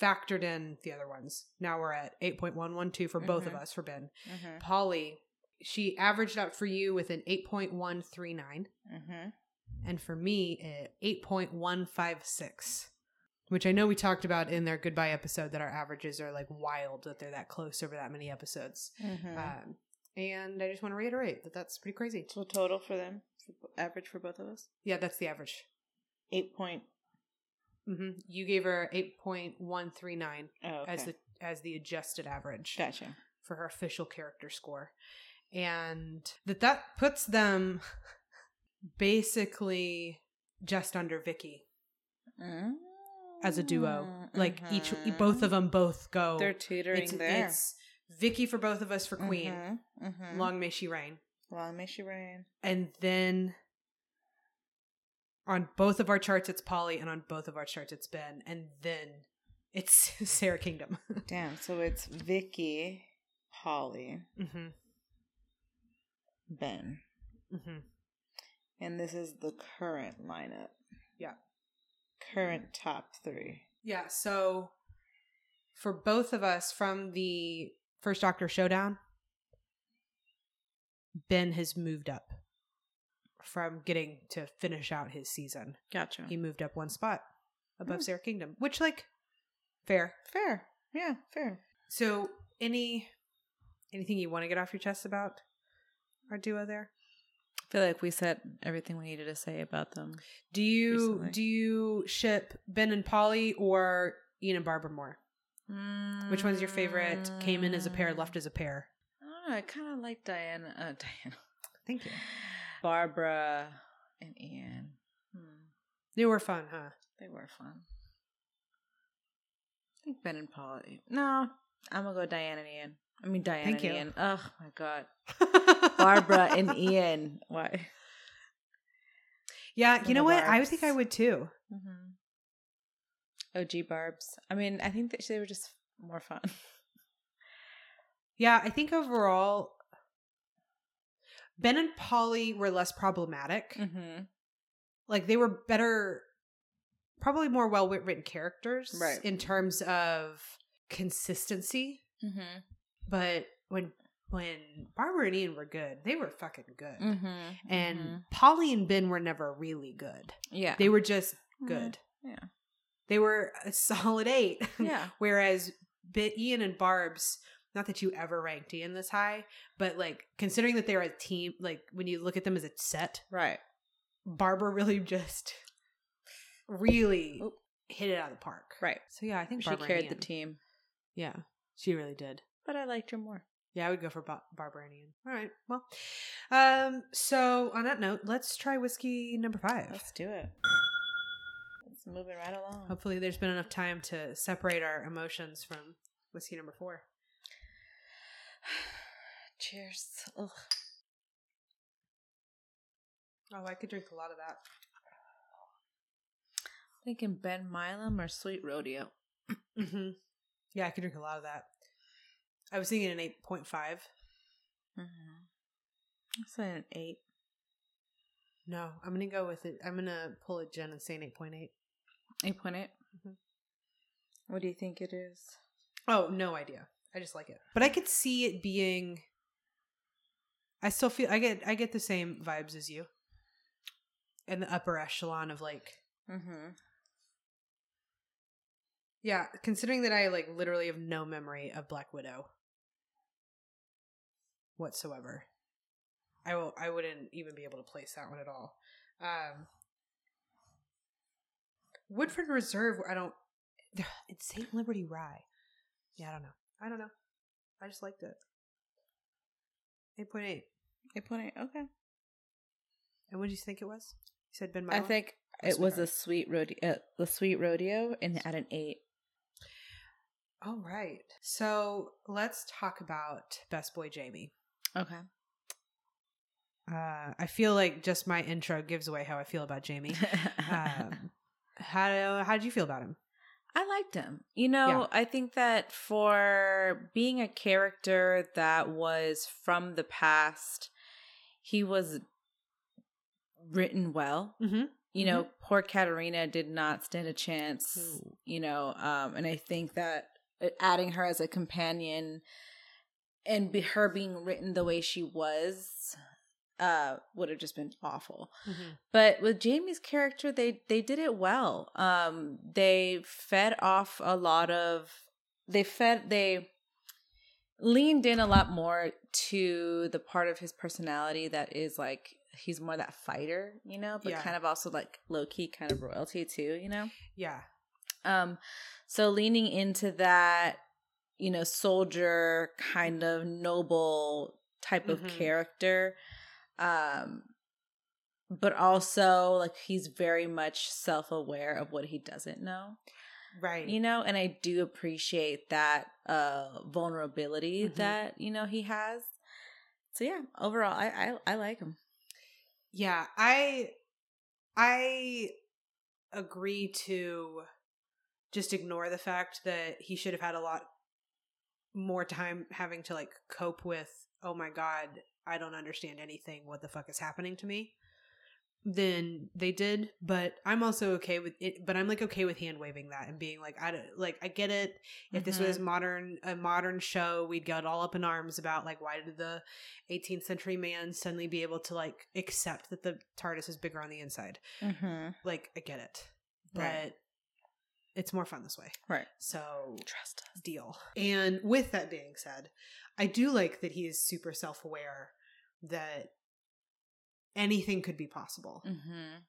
B: factored in the other ones, now we're at 8.112 for both of
A: Mhm.
B: us for Ben.
A: Mm-hmm.
B: Polly, she averaged out for you with an 8.139,
A: Mm-hmm.
B: and for me, eh, a 8.156. Which I know we talked about in their goodbye episode that our averages are like wild that they're that close over that many episodes.
A: Mm-hmm.
B: Um, and I just want to reiterate that that's pretty crazy.
A: so total for them, average for both of us,
B: Yeah, that's the average.
A: eight point.
B: hmm You gave her eight point one three nine
A: Oh, okay.
B: as the as the adjusted average.
A: gotcha.
B: for her official character score. And that that puts them basically just under Vicky as a duo. Like each e,
A: Mhm.
B: both of them both go
A: they're tutoring
B: it's,
A: there.
B: it's Vicky for both of us for Queen.
A: Mhm, mhm.
B: Long may she reign.
A: Long may she reign.
B: And then on both of our charts it's Polly and on both of our charts it's Ben. And then it's Sarah Kingdom.
A: Damn. So it's Vicky, Polly,
B: mm-hmm.
A: Ben,
B: Mm-hmm.
A: and this is the current lineup.
B: Yeah.
A: Current top three.
B: Yeah, so for both of us from the first Doctor Showdown, Ben has moved up from getting to finish out his season.
A: Gotcha.
B: He moved up one spot above
A: Hmm.
B: Sarah Kingdom, which, like, fair.
A: Fair. Yeah. Fair.
B: So, any anything you want to get off your chest about our duo there?
A: I feel like we said everything we needed to say about them.
B: Do you
A: Recently.
B: do you ship Ben and Polly or Ian and Barbara more? Which one's your favorite? Came in as a
A: Mm.
B: pair, left as a pair.
A: I don't know. I kind of like Diana. Uh, Diana.
B: Thank you.
A: Barbara and Ian. Hmm.
B: They were fun, huh?
A: They were fun. I think Ben and Polly. No, I'm gonna go Diane and Ian. I mean Diane
B: Thank
A: and
B: you.
A: Ian. Oh my god, Barbara and Ian. Why?
B: Yeah, you
A: the
B: know what? I would think I
A: Barbs.
B: would too.
A: Mm-hmm. OG Barb's. I mean, I think that they were just more fun.
B: Yeah, I think overall, Ben and Polly were less problematic.
A: Mm-hmm.
B: Like they were better, probably more well written characters
A: Right.
B: in terms of consistency.
A: Mm-hmm.
B: But when when Barbara and Ian were good, they were fucking good.
A: Mm-hmm.
B: And Polly and Ben were never really good.
A: yeah,
B: They were just
A: Mhm.
B: good.
A: Yeah.
B: They were a solid eight.
A: Mm-hmm. yeah,
B: Whereas Bit Ian and Barb's, not that you ever ranked Ian this high, but like considering that they're a team, like when you look at them as a set,
A: right.
B: Barbara really just really
A: Oop.
B: hit it out of the park.
A: Right.
B: So yeah, I think
A: She
B: Barbara
A: carried
B: and
A: the
B: Ian.
A: team,
B: Yeah, she really did.
A: but I liked her more.
B: Yeah, I would go for Ba- Barbara and Ian. All right, well, um, so on that note, let's try whiskey number five.
A: Let's do it. It's moving right along.
B: Hopefully, there's been enough time to separate our emotions from whiskey number four.
A: Cheers. Ugh.
B: Oh, I could drink a lot of that.
A: Thinking Ben Milam or Sweet Rodeo.
B: hmm Yeah, I could drink a lot of that. I was thinking an eight point five.
A: Mm-hmm. It's an eight.
B: No, I'm gonna go with it. I'm gonna pull a gin and say an eight point eight.
A: Eight point eight.
B: Mhm.
A: Mm-hmm. What do you think it is?
B: Oh, no idea. I just like it, but I could see it being. I still feel I get I get the same vibes as you. In the upper echelon of like,
A: Mm-hmm.
B: yeah, considering that I like literally have no memory of Black Widow whatsoever, I will I wouldn't even be able to place that one at all. Um, Woodford Reserve, I don't. It's Saint Liberty Rye. Yeah, I don't know. I don't know. I just liked it. Eight point eight.
A: Eight point eight. Okay.
B: And what did you think it was? You said Ben.
A: I
B: Myler?
A: think
B: Or
A: it was
B: Sweetheart?
A: a sweet rodeo. Uh, the sweet rodeo, and at an eight.
B: All right. So let's talk about Best Boy Jamie.
A: Okay.
B: Uh, I feel like just my intro gives away how I feel about Jamie. Um, how how did you feel about him?
A: I liked him. You know,
B: Yeah.
A: I think that for being a character that was from the past, he was written well.
B: Mm-hmm.
A: You know, poor Katerina did not stand a chance.
B: No.
A: You know, um, and I think that uh, adding her as a companion and be, her being written the way she was uh, would have just been awful
B: Mm-hmm.
A: but with Jamie's character they they did it well um they fed off a lot of they fed they leaned in a lot more to the part of his personality that is like he's more that fighter you know but
B: Yeah.
A: kind of also like low key kind of royalty too you know
B: Yeah.
A: um so leaning into that you know, soldier kind of noble type of
B: Mhm.
A: character. Um but also like he's very much self-aware of what he doesn't know.
B: Right.
A: You know, and I do appreciate that uh vulnerability
B: Mhm.
A: that, you know, he has. So yeah, overall I I, I like him.
B: Yeah, I I agree to just ignore the fact that he should have had a lot more time having to like cope with, oh my god, I don't understand anything. What the fuck is happening to me? Than they did, but I'm also okay with it. But I'm like okay with hand waving that and being like, I don't like, I get it. If this
A: Mhm.
B: was modern, a modern show, we'd get all up in arms about like, why did the 18th century man suddenly be able to like accept that the TARDIS is bigger on the inside.
A: Mhm.
B: Like, I get it, but
A: Right.
B: it's more fun this way.
A: Right.
B: So,
A: Trust us.
B: deal. And with that being said, I do like that he is super self aware that anything could be possible,
A: Mhm.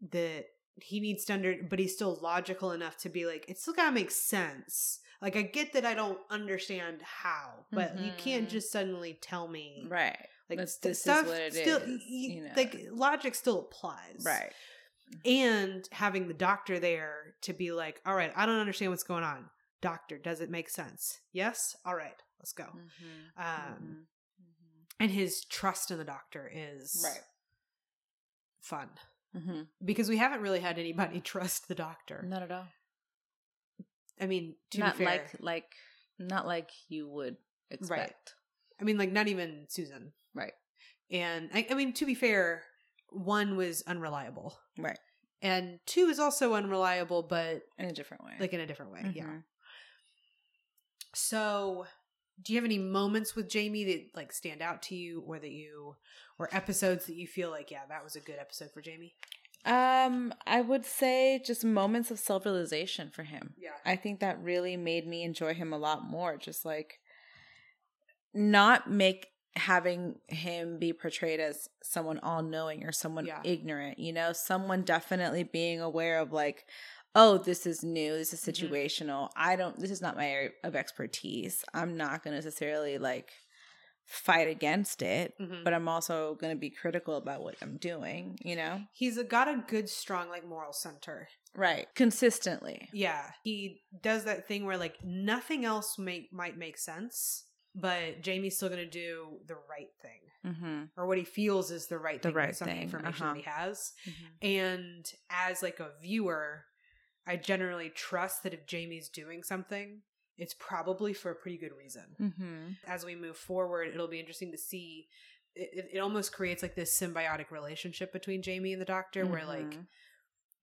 B: that he needs to under, but he's still logical enough to be like, it still gotta make sense. Like, I get that I don't understand how, but you can't
A: Mhm.
B: just suddenly tell me
A: Right.
B: like
A: That's-
B: the
A: this is
B: stuff
A: what it
B: still
A: is,
B: you-
A: you know.
B: like logic still applies
A: Right.
B: and having the doctor there to be like all right i don't understand what's going on doctor does it make sense yes all right let's go
A: Mhm.
B: um
A: Mhm. Mhm.
B: and his trust in the doctor is
A: Right.
B: fun
A: Mm-hmm.
B: because we haven't really had anybody trust the doctor
A: Not at all.
B: i mean to
A: not
B: be fair
A: like like not like you would expect.
B: i mean like not even susan
A: Right.
B: and I, I mean to be fair one was unreliable
A: Right.
B: and two is also unreliable but
A: In a different way.
B: like in a different way yeah
A: Mhm.
B: So, do you have any moments with Jamie that like stand out to you, or that you, or episodes that you feel like, yeah, that was a good episode for Jamie?
A: Um, I would say just moments of self realization for him.
B: Yeah.
A: I think that really made me enjoy him a lot more. Just like not make having him be portrayed as someone all knowing or someone
B: Yeah.
A: ignorant, you know, someone definitely being aware of like, oh, this is new, this is
B: Mhm.
A: situational. I don't, this is not my area of expertise. I'm not going to necessarily like fight against it,
B: Mm-hmm.
A: but I'm also going to be critical about what I'm doing, you know?
B: He's got a good, strong, like moral center.
A: Right. Consistently.
B: Yeah, he does that thing where like nothing else make might make sense, but Jamie's still gonna do the right thing,
A: Mm-hmm.
B: or what he feels is the right
A: The
B: thing, based
A: right
B: on
A: thing,
B: information
A: uh-huh.
B: that he has. And as like a viewer, I generally trust that if Jamie's doing something, it's probably for a pretty good reason.
A: Mm-hmm.
B: As we move forward, it'll be interesting to see. It, it- it almost creates like this symbiotic relationship between Jamie and the Doctor, where like
A: Mhm.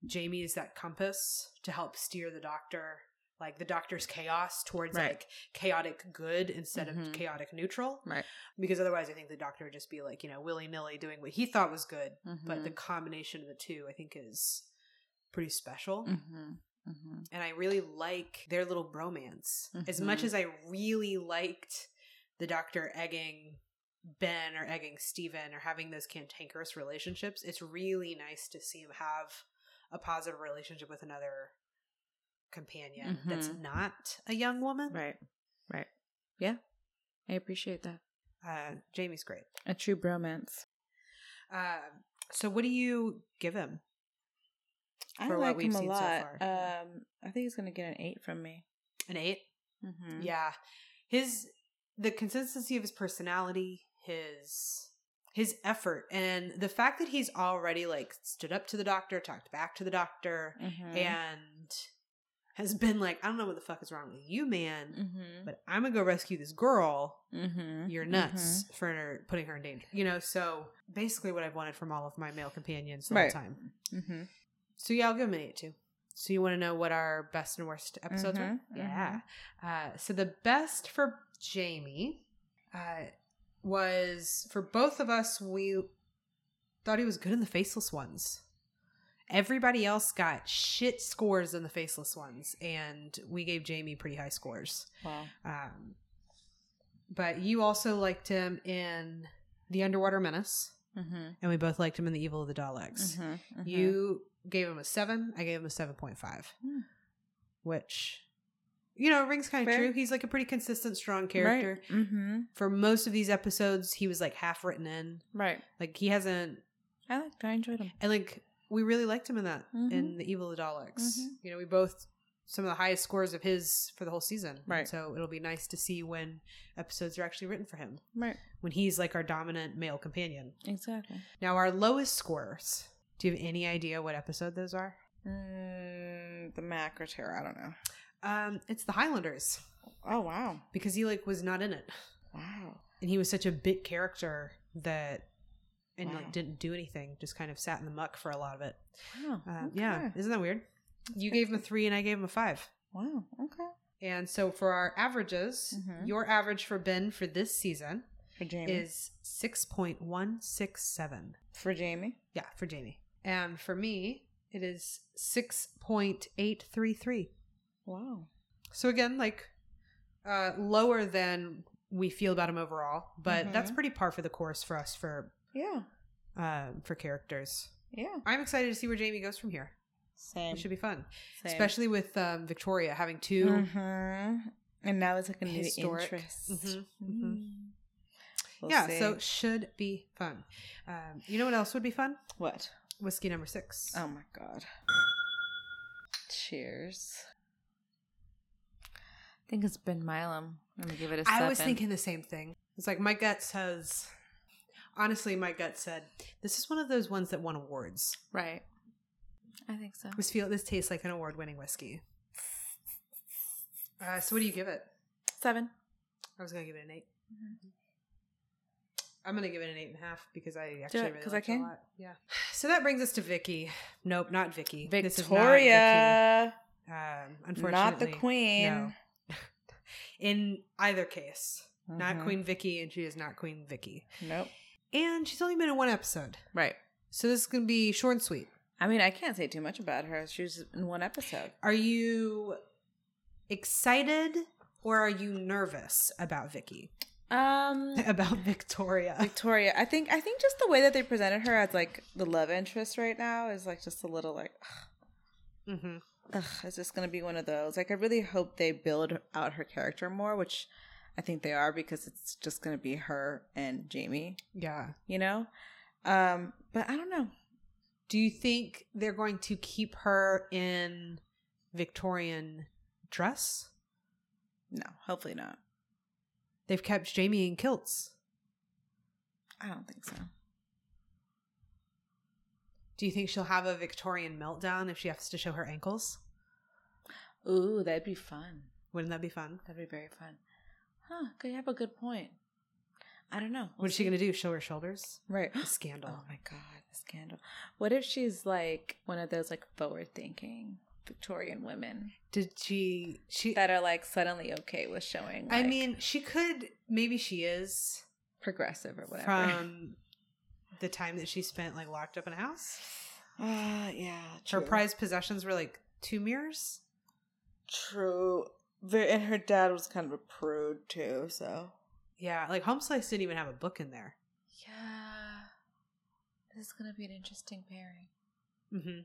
B: Jamie is that compass to help steer the Doctor, like the Doctor's chaos towards
A: Right.
B: like chaotic good instead
A: Mhm.
B: of chaotic neutral.
A: Right.
B: Because otherwise, I think the Doctor would just be like you know willy nilly doing what he thought was good,
A: Mm-hmm.
B: but the combination of the two i think is pretty special
A: Mm-hmm. Mm-hmm.
B: and i really like their little bromance as much
A: Mhm.
B: as i really liked the doctor egging ben or egging steven or having those cantankerous relationships it's really nice to see him have a positive relationship with another companion that's
A: Mhm.
B: not a young woman
A: Right. Right. Yeah. I appreciate that.
B: uh, jamie's great
A: A true bromance.
B: uh, so what do you give him
A: I
B: For what
A: like
B: we've
A: him a
B: seen so
A: lot.
B: far.
A: um, I think he's gonna get an eight from me.
B: an eight
A: Mm-hmm.
B: Yeah. His the consistency of his personality, his his effort and the fact that he's already like stood up to the doctor, talked back to the doctor
A: Mm-hmm.
B: and has been like, I don't know what the fuck is wrong with you, man,
A: Mm-hmm.
B: but I'm going to go rescue this girl.
A: Mm-hmm.
B: You're nuts for putting her in danger. You know, so basically what I've wanted from all of my male companions the
A: Right.
B: whole time.
A: Mm-hmm.
B: So yeah, I'll give them an eight too. So you want to know what our best and worst episodes
A: Mhm,
B: were? Yeah. Uh, so the best for Jamie uh, was for both of us. We thought he was good in the faceless ones. Everybody else got shit scores in the faceless ones, and we gave Jamie pretty high scores.
A: Wow.
B: Um, but you also liked him in the Underwater Menace,
A: Mm-hmm.
B: and we both liked him in the Evil of the Daleks. You gave him a seven. I gave him a seven point five,
A: Hmm.
B: which you know, it rings kind of
A: Fair.
B: true. He's like a pretty consistent, strong character.
A: Right. Mm-hmm.
B: For most of these episodes, he was like half written in.
A: Right.
B: Like he hasn't,
A: I liked. I enjoyed him.
B: and like we really liked him in that
A: Mhm.
B: in the Evil of Daleks.
A: Mhm.
B: You know, we both some of the highest scores of his for the whole season.
A: Right.
B: So it'll be nice to see when episodes are actually written for him
A: Right.
B: when he's like our dominant male companion.
A: Exactly.
B: Now our lowest scores. Do you have any idea what episode those are?
A: Mm, the Mac or Terror. I don't know.
B: Um, it's the Highlanders
A: Oh wow.
B: because he like was not in it.
A: Wow.
B: and he was such a bit character that and
A: Wow.
B: like didn't do anything just kind of sat in the muck for a lot of it
A: Wow.
B: uh, yeah
A: okay.
B: isn't that weird you gave him a three and i gave him a five
A: Wow. Okay.
B: and so for our averages
A: Mhm.
B: your average for ben for this season
A: For Jamie.
B: is 6.167
A: for Jamie.
B: yeah for jamie and for me it is 6.833
A: Wow.
B: so again like uh lower than we feel about him overall but that's
A: Mhm.
B: pretty par for the course for us for
A: Yeah.
B: um, for characters.
A: Yeah.
B: I'm excited to see where Jamie goes from here.
A: Same.
B: It should be fun,
A: Same.
B: especially with um, Victoria having 2
A: Mhm. And now it's like a new
B: Historic.
A: interest.
B: Mhm,
A: Mm. We'll
B: yeah,
A: see.
B: so it should be fun. Um, you know what else would be fun?
A: what?
B: Whiskey number six.
A: Oh my god. Cheers. I think it's Ben Milam. I'm gonna give it a
B: I
A: seven.
B: was thinking the same thing. It's like my gut says. Honestly, my gut said this is one of those ones that won awards.
A: right. I think so.
B: This feel this tastes like an award-winning whiskey. Uh, so, what do you give it?
A: Seven.
B: I was gonna give it an 8
A: Mm-hmm.
B: i I'm gonna give it an eight and a half because I
A: it,
B: actually really
A: 'cause
B: because
A: I
B: I
A: can.
B: It a lot. Yeah. So that brings us to Vicky. Nope, not Vicky. This is not
A: Victoria,
B: Vicky. Um,
A: not,
B: unfortunately,
A: the queen.
B: No. In either case, not
A: Mhm.
B: Queen Vicky, and she is not Queen Vicky.
A: Nope.
B: And she's only been in one episode,
A: Right.
B: so this is gonna be short and sweet.
A: I mean, I can't say too much about her. She was in one episode.
B: Are you excited or are you nervous about Vicky?
A: Um,
B: About Victoria?
A: Victoria. I think I think just the way that they presented her as like the love interest right now is like just a little like
B: mm-hmm.
A: ugh, is this going to be one of those? Like, I really hope they build out her character more, which I think they are because it's just going to be her and Jamie,
B: Yeah.
A: you know? Um, but I don't know.
B: Do you think they're going to keep her in Victorian dress?
A: No, hopefully not.
B: They've kept Jamie in kilts.
A: I don't think so.
B: Do you think she'll have a Victorian meltdown if she has to show her ankles?
A: Ooh, that'd be fun.
B: Wouldn't that be fun?
A: That'd be very fun. Huh, could you have a good point? I don't know.
B: What's she going to do? Show her shoulders?
A: Right.
B: A scandal.
A: Oh my god, the scandal. What if she's like one of those like forward thinking Victorian women
B: Did she? She.
A: that are like suddenly okay with showing
B: I
A: like,
B: mean, she could. Maybe she is
A: progressive or whatever.
B: from the time that she spent like locked up in a house.
A: Uh, yeah.
B: Her
A: price.
B: prized possessions were like two mirrors.
A: True. Very, and her dad was kind of a prude too, so.
B: Yeah, like Home Slice didn't even have a book in there.
A: Yeah. This is going to be an interesting pairing.
B: Mm-hmm.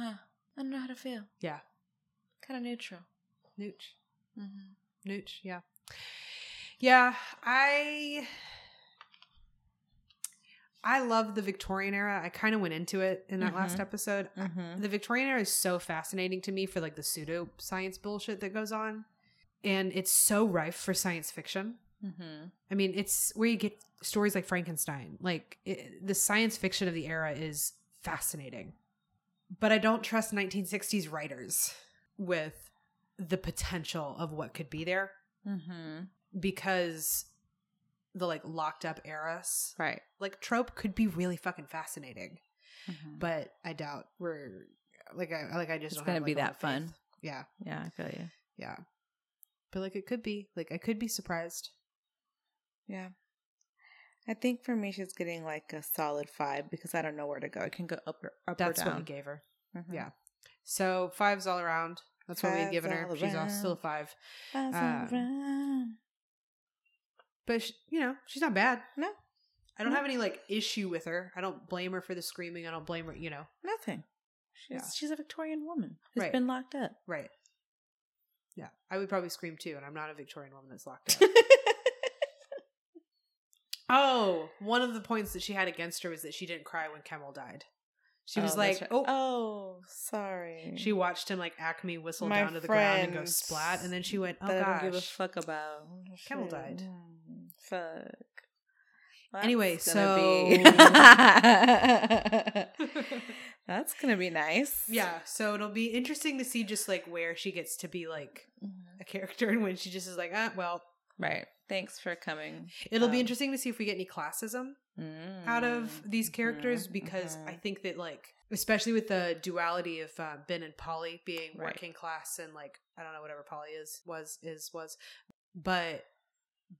A: Huh. I don't know how to feel.
B: Yeah.
A: Kind of neutral.
B: Nooch.
A: Mm-hmm.
B: Nooch, yeah. Yeah, I I love the Victorian era. I kind of went into it in that last
A: Mhm.
B: episode.
A: Mm-hmm.
B: The Victorian era is so fascinating to me for like the pseudoscience bullshit that goes on. And it's so rife for science fiction.
A: Mm-hmm.
B: I mean, it's where you get stories like Frankenstein. Like it, the science fiction of the era is fascinating. But I don't trust 1960s writers with the potential of what could be there
A: Mm-hmm.
B: because the like locked up eras
A: Right.
B: like trope could be really fucking fascinating
A: Mm-hmm.
B: but i doubt we're like i like i just
A: It's
B: don't
A: gonna
B: have, like,
A: be
B: a lot
A: that
B: of faith.
A: fun.
B: yeah
A: Yeah, I feel you.
B: yeah but like it could be like i could be surprised
A: Yeah. I think for me, she's getting like a solid five because I don't know where to go. I can go up or up
B: that's
A: or
B: what
A: down.
B: we gave her
A: Mhm.
B: yeah. so fives all around that's what we had
A: Fives
B: given her
A: all
B: she's all, still a
A: around.
B: five
A: Five
B: Um,
A: around.
B: but sh you know she's not bad
A: No.
B: i don't
A: No.
B: have any like issue with her i don't blame her for the screaming i don't blame her you know
A: Nothing. She's
B: Yeah.
A: she's a Victorian woman who's
B: Right.
A: been locked up.
B: right Yeah, I would probably scream too, and I'm not a Victorian woman that's locked up. oh, one of the points that she had against her was that she didn't cry when Kemal died. She was
A: Oh,
B: like,
A: that's right.
B: "Oh,
A: oh, sorry.
B: She watched him like Acme whistle
A: My
B: down to the ground and go
A: friends
B: splat, and then she went, "Oh
A: that I
B: gosh."
A: don't give a fuck about.
B: Camel
A: Shit.
B: died.
A: Mm, Fuck.
B: Anyway,
A: That's gonna be- that's gonna be nice.
B: yeah, so it'll be interesting to see just like where she gets to be like
A: Mm-hmm.
B: a character and when she just is like, ah, well,
A: Right. Thanks for coming.
B: it'll
A: Um, Mm-hmm,
B: be interesting to see if we get any classism out of these characters because I think that like especially with the duality of uh, Ben and Polly being
A: Right.
B: working class and like I don't know whatever Polly is was is was but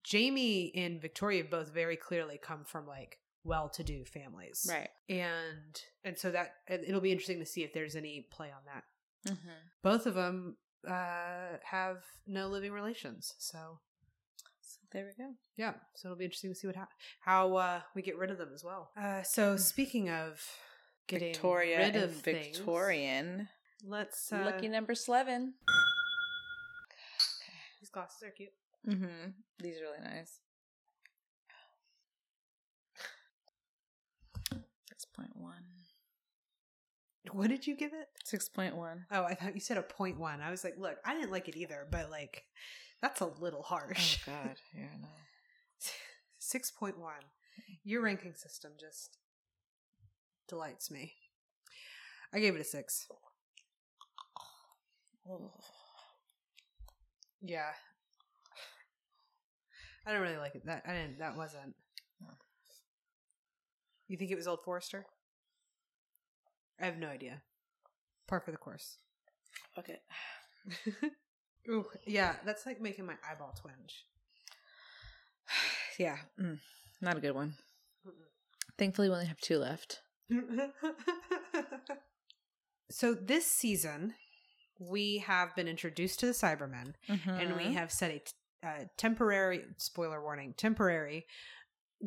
B: Jamie and Victoria both very clearly come from like well-to-do families.
A: right.
B: and and so that it- it'll be interesting to see if there's any play on that
A: Mm-hmm.
B: both of them uh have no living relations so
A: So there we go.
B: yeah so it'll be interesting to see what hap how uh we get rid of them as well uh so speaking of
A: Mm.
B: getting
A: Victoria
B: rid
A: and
B: of things,
A: Victorian.
B: let's uh,
A: Lucky number eleven.
B: these glasses are cute
A: Mm-hmm. These are really nice. Six point one.
B: what did you give it
A: Six point one.
B: oh i thought you said a point one i was like look i didn't like it either but like that's a little
A: Oh
B: harsh
A: God. Yeah. No.
B: 6.1 your ranking system just delights me i gave it a 6 yeah i don't really like it that i didn't that wasn't
A: No.
B: you think it was old forester i have no idea par for the course
A: Okay.
B: ooh yeah that's like making my eyeball twinge
A: Yeah. Mm. Not a good one. Thankfully, we only have two left.
B: so this season, we have been introduced to the Cybermen, and
A: Mm-hmm.
B: we have set a t- uh, temporary spoiler warning: temporary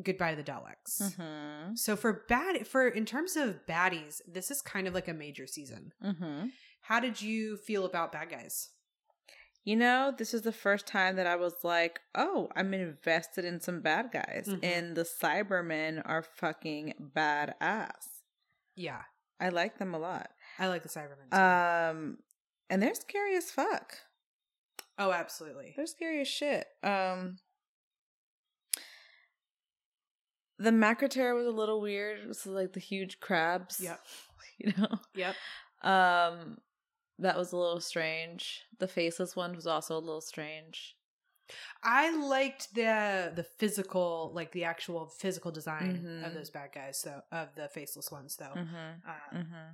B: goodbye to the Daleks.
A: Mm-hmm.
B: So for bad for in terms of baddies, this is kind of like a major season.
A: Mm-hmm.
B: How did you feel about bad guys?
A: You know, this is the first time that I was like, oh, I'm invested in some bad guys,
B: Mhm.
A: and the Cybermen are fucking badass.
B: Yeah, Uh,
A: I like them a lot.
B: I like the Cybermen. too.
A: Um, and they're scary as fuck.
B: oh, absolutely.
A: They're scary as shit. Um, the Macroterra was a little weird. It was like the huge crabs.
B: Yep.
A: You know?
B: Yep.
A: Um, that was a little strange. The faceless one was also a little strange.
B: I liked the the physical, like the actual physical design
A: Mhm.
B: of those bad guys, so of the faceless ones, though.
A: Mm-hmm.
B: Uh,
A: Mm-hmm.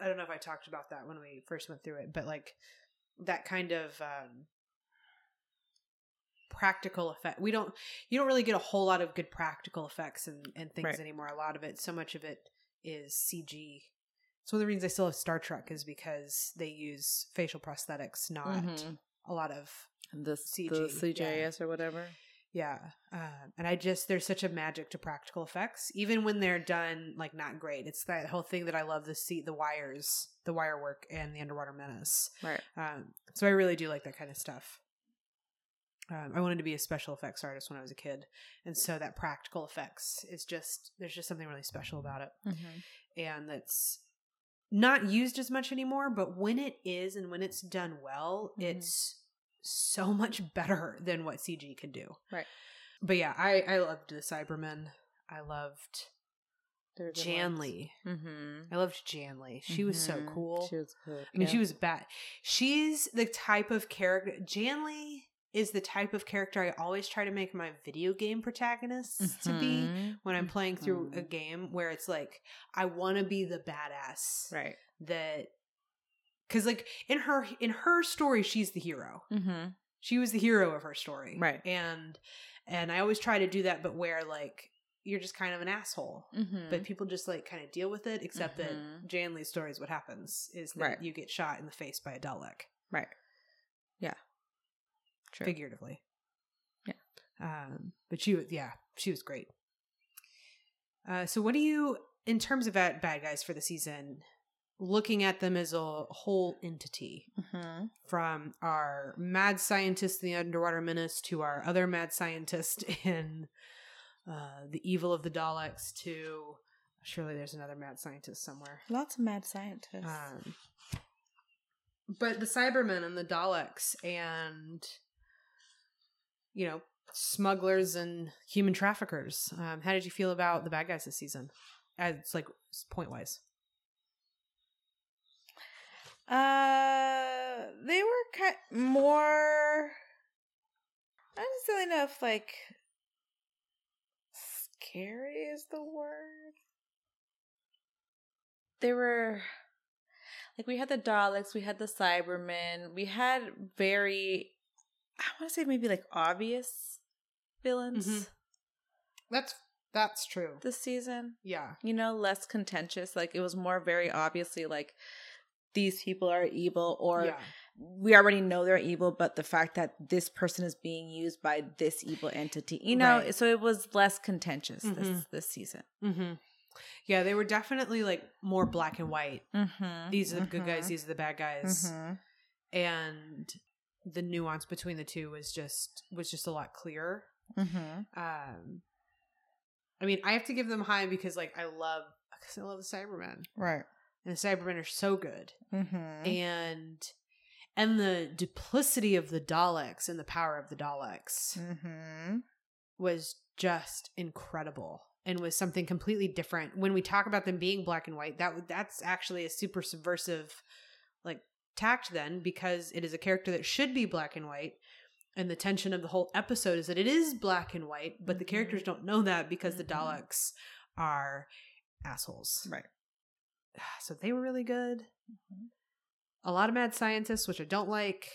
B: I don't know if I talked about that when we first went through it, but like that kind of um, practical effect. We don't, you don't really get a whole lot of good practical effects and, and things
A: Right.
B: anymore. A lot of it, so much of it is CG. It's one of the reasons I still have Star Trek is because they use facial prosthetics, not
A: mm-hmm.
B: a lot of
A: The, CG,
B: CG,
A: the
B: yeah.
A: CJS or whatever.
B: yeah. Um, and I just there's such a magic to practical effects, even when they're done like not great. It's that whole thing that I love the see the wires, the wire work, and the underwater menace.
A: Right.
B: Um, so I really do like that kind of stuff. Um, I wanted to be a special effects artist when I was a kid, and so that practical effects is just there's just something really special about it,
A: Mm-hmm.
B: and that's not used as much anymore. But when it is, and when it's done well,
A: Mhm.
B: it's so much better than what CG can do.
A: Right.
B: But yeah, I I loved the Cybermen. I loved Janley.
A: Mm-hmm.
B: I loved Janley. She was so cool.
A: She was good.
B: I mean, she was bad. She's the type of character. Janley is the type of character I always try to make my video game protagonists to
A: Mm-hmm.
B: be when I'm playing through a
A: Mhm.
B: game where it's like, I want to be the badass
A: Right.
B: that. Because like in her in her story, she's the hero.
A: Mm-hmm.
B: She was the hero of her story,
A: Right.
B: And and I always try to do that, but where like you're just kind of an asshole,
A: Mm-hmm.
B: but people just like kind of deal with it except
A: Mhm.
B: that Jan Lee's story is what happens is that
A: Right.
B: you get shot in the face by a Dalek
A: right. Yeah. True.
B: figuratively
A: Yeah.
B: um but she was yeah she was great uh so what do you in terms of bad, bad guys for the season looking at them as a whole entity
A: Mm-hmm.
B: from our mad scientist in the underwater menace to our other mad scientist in uh, the evil of the daleks to surely there's another mad scientist somewhere
A: Lots of mad scientists.
B: um, but the cybermen and the daleks and you know smugglers and human traffickers um, how did you feel about the bad guys this season as like point wise
A: Uh, they were kind more. I don't necessarily know if like scary is the word. They were like we had the Daleks, we had the Cybermen, we had very I want to say maybe like obvious villains
B: Mhm. that's that's true
A: this season
B: yeah
A: you know, less contentious. Like it was more very obviously like these people are evil or
B: yeah
A: we already know they're evil, but the fact that this person is being used by this evil entity, you know,
B: Right.
A: so it was less contentious this
B: Mhm.
A: this season.
B: Mm-hmm. Yeah, they were definitely like more black and white.
A: Mm-hmm.
B: These are the good guys, these are the bad guys,
A: hmm
B: and the nuance between the two was just was just a lot clearer.
A: Mm-hmm.
B: Um, I mean, I have to give them high because like I love because I love the Cybermen,
A: Right.
B: and the Cybermen are so good,
A: Mm-hmm.
B: and and the duplicity of the Daleks and the power of the Daleks
A: Mm-hmm.
B: was just incredible and was something completely different. When we talk about them being black and white, that that's actually a super subversive like tact then because it is a character that should be black and white. And the tension of the whole episode is that it is black and white, but the
A: Mhm.
B: characters don't know that because the
A: Mhm.
B: Daleks are assholes.
A: Right.
B: So they were really good. A lot of mad scientists, which I don't like,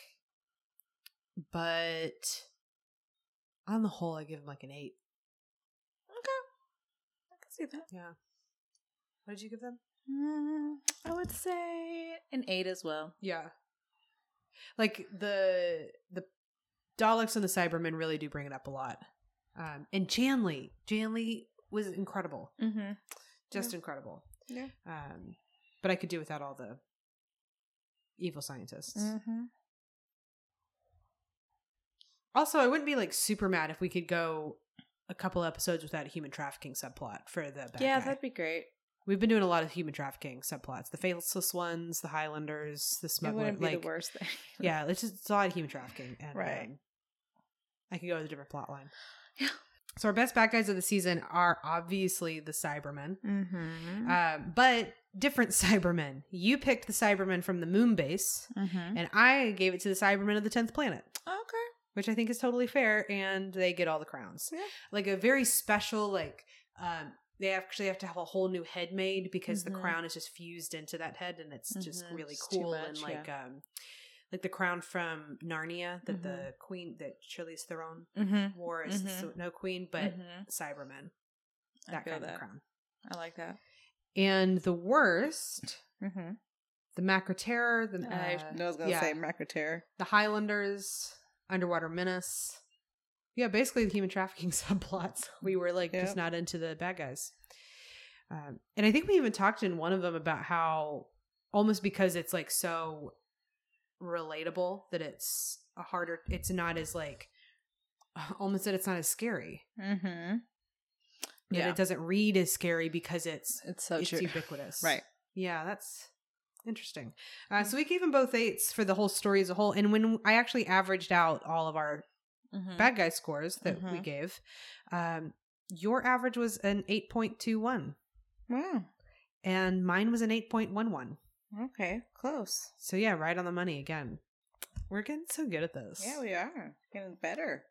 B: but on the whole, I give them like an eight.
A: I can see that.
B: Yeah. What did you give them?
A: Mm, I would say an eight as well.
B: Yeah. Like the the Daleks and the Cybermen really do bring it up a lot. Um and Janley. Janley was incredible.
A: Mm-hmm.
B: Just incredible.
A: Yeah.
B: Um but I could do without all the evil scientists.
A: Mm-hmm.
B: Also, I wouldn't be like super mad if we could go a couple episodes without a human trafficking subplot for the bad
A: Yeah,
B: guy.
A: that'd be great.
B: We've been doing a lot of human trafficking subplots. The faceless ones, the Highlanders, the
A: It
B: smuggler
A: wouldn't be
B: like
A: the worst thing.
B: Yeah, it's just it's a lot of human trafficking. And,
A: Right.
B: um, I could go with a different plot line.
A: Yeah.
B: So our best bad guys of the season are obviously the Cybermen,
A: Mm-hmm.
B: um, but different Cybermen. You picked the Cybermen from the moon base,
A: mm-hmm.
B: and I gave it to the Cybermen of the 10th planet,
A: Okay.
B: which I think is totally fair, and they get all the crowns.
A: Yeah.
B: Like a very special, like, um, they actually have to have a whole new head made because the
A: Mhm.
B: crown is just fused into that head, and it's just
A: Mhm,
B: really
A: it's too
B: cool and
A: much,
B: like um, like the crown from Narnia that
A: Mhm.
B: the queen that Shirley's Theron
A: Mm-hmm.
B: wore as
A: Mhm.
B: the Snow Queen, but Cybermen
A: Mm-hmm. I
B: that
A: feel
B: kind of
A: that.
B: crown.
A: I like that.
B: And the worst,
A: Mm-hmm.
B: the Macra Terror, the
A: I
B: uh,
A: was gonna
B: yeah,
A: say Macroterror.
B: the Highlanders, Underwater Menace. Yeah, basically the human trafficking subplots. We were like
A: Yep.
B: just not into the bad guys. Um, and I think we even talked in one of them about how almost because it's like so relatable that it's a harder, it's not as like almost that it's not as scary.
A: Mm-hmm.
B: That
A: Yeah.
B: it doesn't read as scary because it's
A: It's so
B: it's
A: true.
B: ubiquitous.
A: Right.
B: Yeah, that's interesting. Uh,
A: Mm-hmm.
B: so we gave them both eights for the whole story as a whole. And when I actually averaged out all of our
A: Mm-hmm.
B: bad guy scores that we
A: Mhm.
B: gave, um, your average was an 8.21
A: Wow.
B: and mine was an 8.11.
A: Okay. Close.
B: So yeah, right on the money again. We're getting so good at this.
A: Yeah, we are getting better.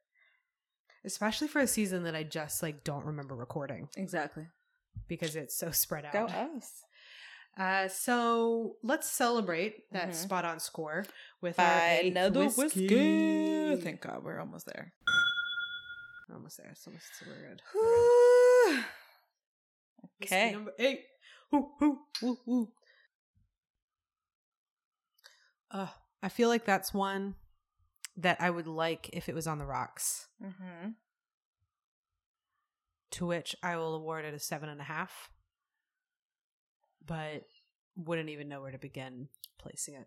B: Especially for a season that I just like don't remember recording
A: Exactly.
B: because it's so spread out.
A: Go us.
B: Uh, so let's celebrate that
A: Mhm.
B: spot on score with our
A: By
B: eighth
A: another whiskey.
B: whiskey.
A: Thank God we're almost there.
B: We're almost there. So almost so we're good. Whiskey
A: okay.
B: number eight. Hoo, hoo, woo, woo. Uh, I feel like that's one that I would like if it was on the rocks.
A: Mm-hmm.
B: To which I will award it a seven and a half. But wouldn't even know where to begin placing it.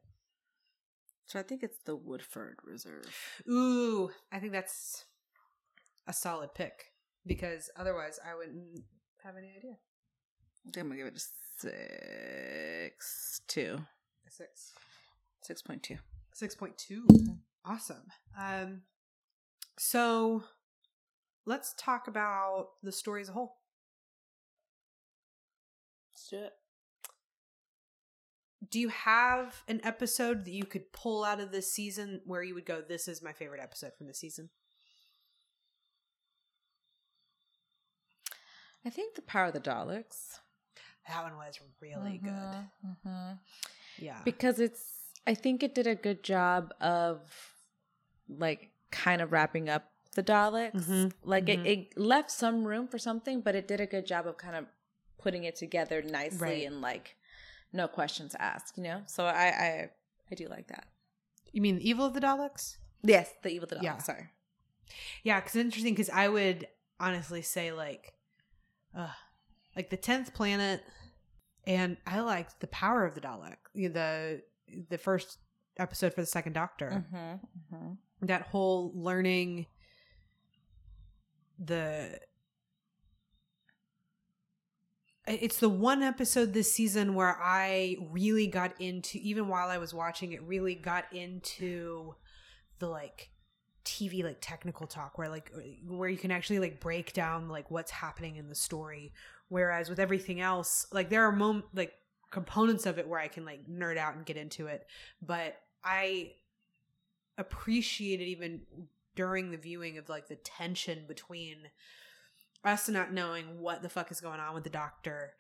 A: So I think it's the Woodford Reserve.
B: Ooh, I think that's a solid pick because otherwise I wouldn't have any idea.
A: I think I'm gonna give it a six two.
B: A Six.
A: Six point two.
B: 6.2. Awesome. Um, so let's talk about the story as a whole.
A: Let's do it.
B: Do you have an episode that you could pull out of this season where you would go, This is my favorite episode from this season?
A: I think the power of the Daleks.
B: That one was really good.
A: Mm-hmm.
B: Yeah.
A: because it's i think it did a good job of like kind of wrapping up the daleks
B: Mhm.
A: like
B: Mhm.
A: It, it left some room for something but it did a good job of kind of putting it together nicely
B: Right.
A: and like no questions asked you know so i i i do like that
B: you mean the evil of the Daleks?
A: yes the evil the daleks
B: Yeah.
A: sorry
B: Yeah, because it's interesting because I would honestly say like, uh, like the tenth planet, and I liked the power of the Dalek, you know, the the first episode for the second Doctor.
A: mm-hmm, mm-hmm.
B: That whole learning the I- it's the one episode this season where I really got into even while I was watching it really got into the like TV like technical talk where like where you can actually like break down like what's happening in the story whereas with everything else like there are mom like components of it where I can like nerd out and get into it but I appreciated even during the viewing of like the tension between us not knowing what the fuck is going on with the doctor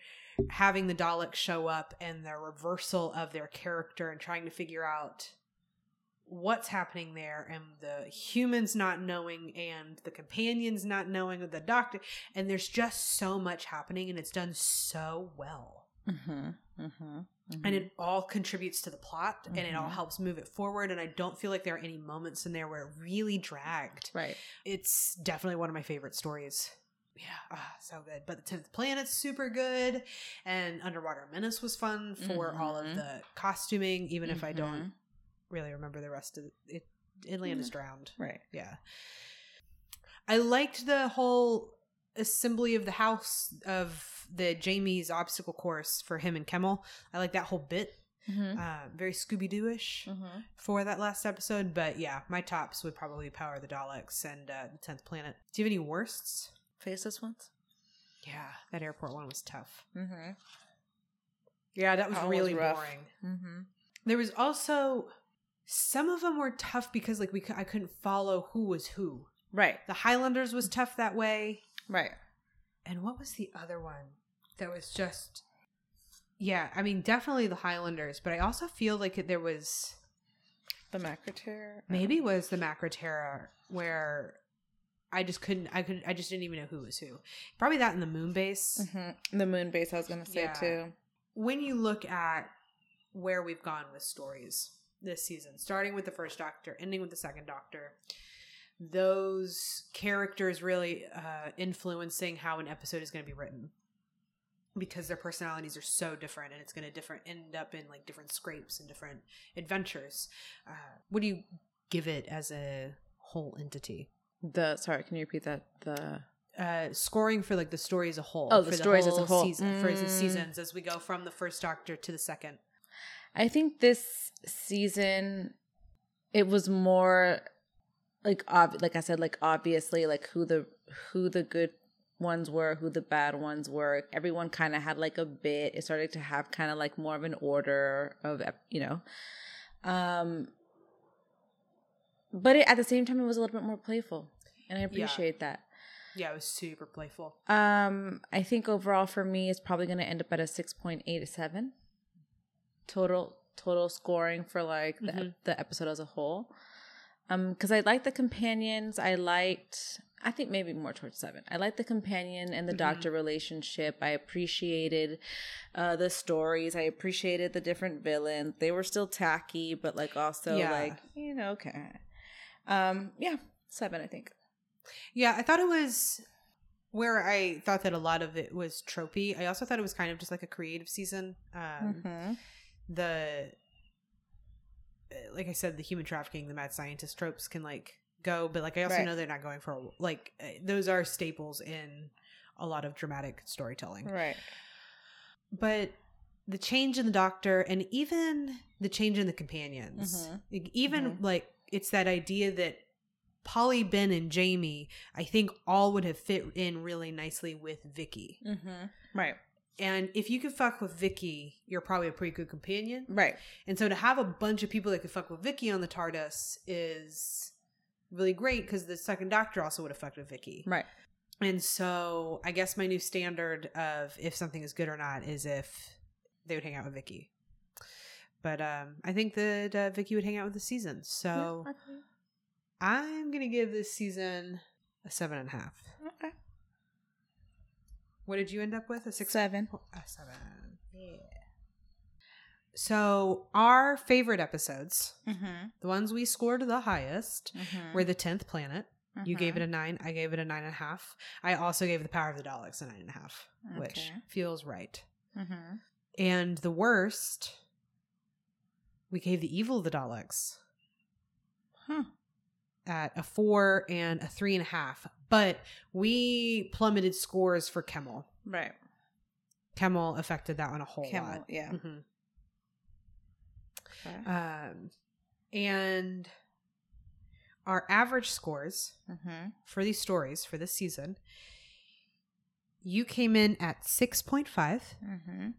B: having the daleks show up and the reversal of their character and trying to figure out what's happening there and the humans not knowing and the companions not knowing of the doctor and there's just so much happening and it's done so well
A: Mm-hmm, mm-hmm,
B: and it all contributes to the plot and it all
A: Mhm.
B: helps move it forward and i don't feel like there are any moments in there where it really dragged
A: right
B: it's definitely one of my favorite stories yeah ah, so good but the 10th planet's super good and underwater menace was fun for all of
A: Mhm.
B: the costuming even if i don't
A: Mhm.
B: really remember the rest of it atlantis
A: Yeah.
B: drowned
A: right
B: yeah i liked the whole assembly of the house of the jamie's obstacle course for him and kemmel i like that whole bit
A: mm-hmm.
B: uh, very Scooby Doo ish
A: Mm-hmm.
B: for that last episode. But yeah, my tops would probably be Power of the Daleks and uh, the Tenth Planet. Do you have any worsts?
A: faceless ones
B: Yeah, that airport one was tough.
A: mm-hmm.
B: Yeah, that was
A: That one was
B: really
A: rough.
B: boring.
A: Mm-hmm.
B: There was also some of them were tough because like we cou- I couldn't follow who was who.
A: right
B: The Highlanders was tough that way.
A: right
B: And what was the other one that was just Yeah, I mean definitely the Highlanders, but I also feel like it, there was
A: the macroteer
B: maybe it was the macro terror where I just couldn't I could I just didn't even know who was who. Probably that in the moon base.
A: Mm-hmm. The moon base, I was going to say
B: Yeah.
A: too.
B: When you look at where we've gone with stories this season, starting with the first doctor, ending with the second doctor, those characters really uh influencing how an episode is going to be written because their personalities are so different and it's going to different end up in like different scrapes and different adventures. Uh, what do you give it as a whole entity?
A: The sorry, can you repeat that? The
B: uh scoring for like the story as a whole.
A: Oh,
B: for
A: the stories as a whole.
B: Season, For the
A: Mm.
B: seasons as we go from the first Doctor to the second.
A: I think this season it was more like ob- like I said, like obviously like who the who the good ones were, who the bad ones were. Everyone kind of had like a bit. It started to have kind of like more of an order of ep- you know. Um but it, at the same time it was a little bit more playful and I appreciate that.
B: Yeah, it was super playful.
A: Um, I think overall for me, it's probably going to end up at a six point eight seven total total scoring for like the,
B: Mhm.
A: the episode as a whole. Um, because I liked the companions. I liked. I think maybe more towards seven. I liked the companion and the
B: Mhm.
A: doctor relationship. I appreciated uh, the stories. I appreciated the different villains. They were still tacky, but like also
B: Yeah.
A: like you know okay. Um, yeah, seven. I think.
B: Yeah, I thought it was where I thought that a lot of it was tropey, I also thought it was kind of just like a creative season. Um,
A: hmm
B: The uh, like I said, the human trafficking, the mad scientist tropes can like go, but like I also
A: Right.
B: know they're not going for a, like uh, those are staples in a lot of dramatic storytelling.
A: Right.
B: But the change in the doctor and even the change in the companions,
A: Mhm.
B: like, even
A: Mhm.
B: like it's that idea that Polly, Ben, and Jamie, I think all would have fit in really nicely with Vicky.
A: Mm-hmm. Right.
B: And if you could fuck with Vicky, you're probably a pretty good companion.
A: Right.
B: And so to have a bunch of people that could fuck with Vicky on the TARDIS is really great because the second doctor also would have fucked with Vicky.
A: Right.
B: And so I guess my new standard of if something is good or not is if they would hang out with Vicky. But um, I think that uh, Vicky would hang out with the season. So I'm going to give this season a seven and a half.
A: Okay.
B: What did you end up with? A six?
A: Seven.
B: A seven. Yeah. So our favorite episodes,
A: Mm-hmm.
B: the ones we scored the highest, were the tenth planet. You gave it a nine. I gave it a nine and a half. I also gave the Power of the Daleks a nine and a half, which
A: Okay.
B: feels right.
A: Mm-hmm.
B: And the worst, we gave the Evil of the Daleks
A: Huh.
B: at a four and a three and a half, but we plummeted scores for Kemmel.
A: Right.
B: Kemmel affected that one a whole
A: Camel.
B: lot.
A: Yeah.
B: Mhm.
A: Okay.
B: Um, and our average scores
A: Mm-hmm.
B: for these stories for this season, you came in at 6.5,
A: Mm-hmm.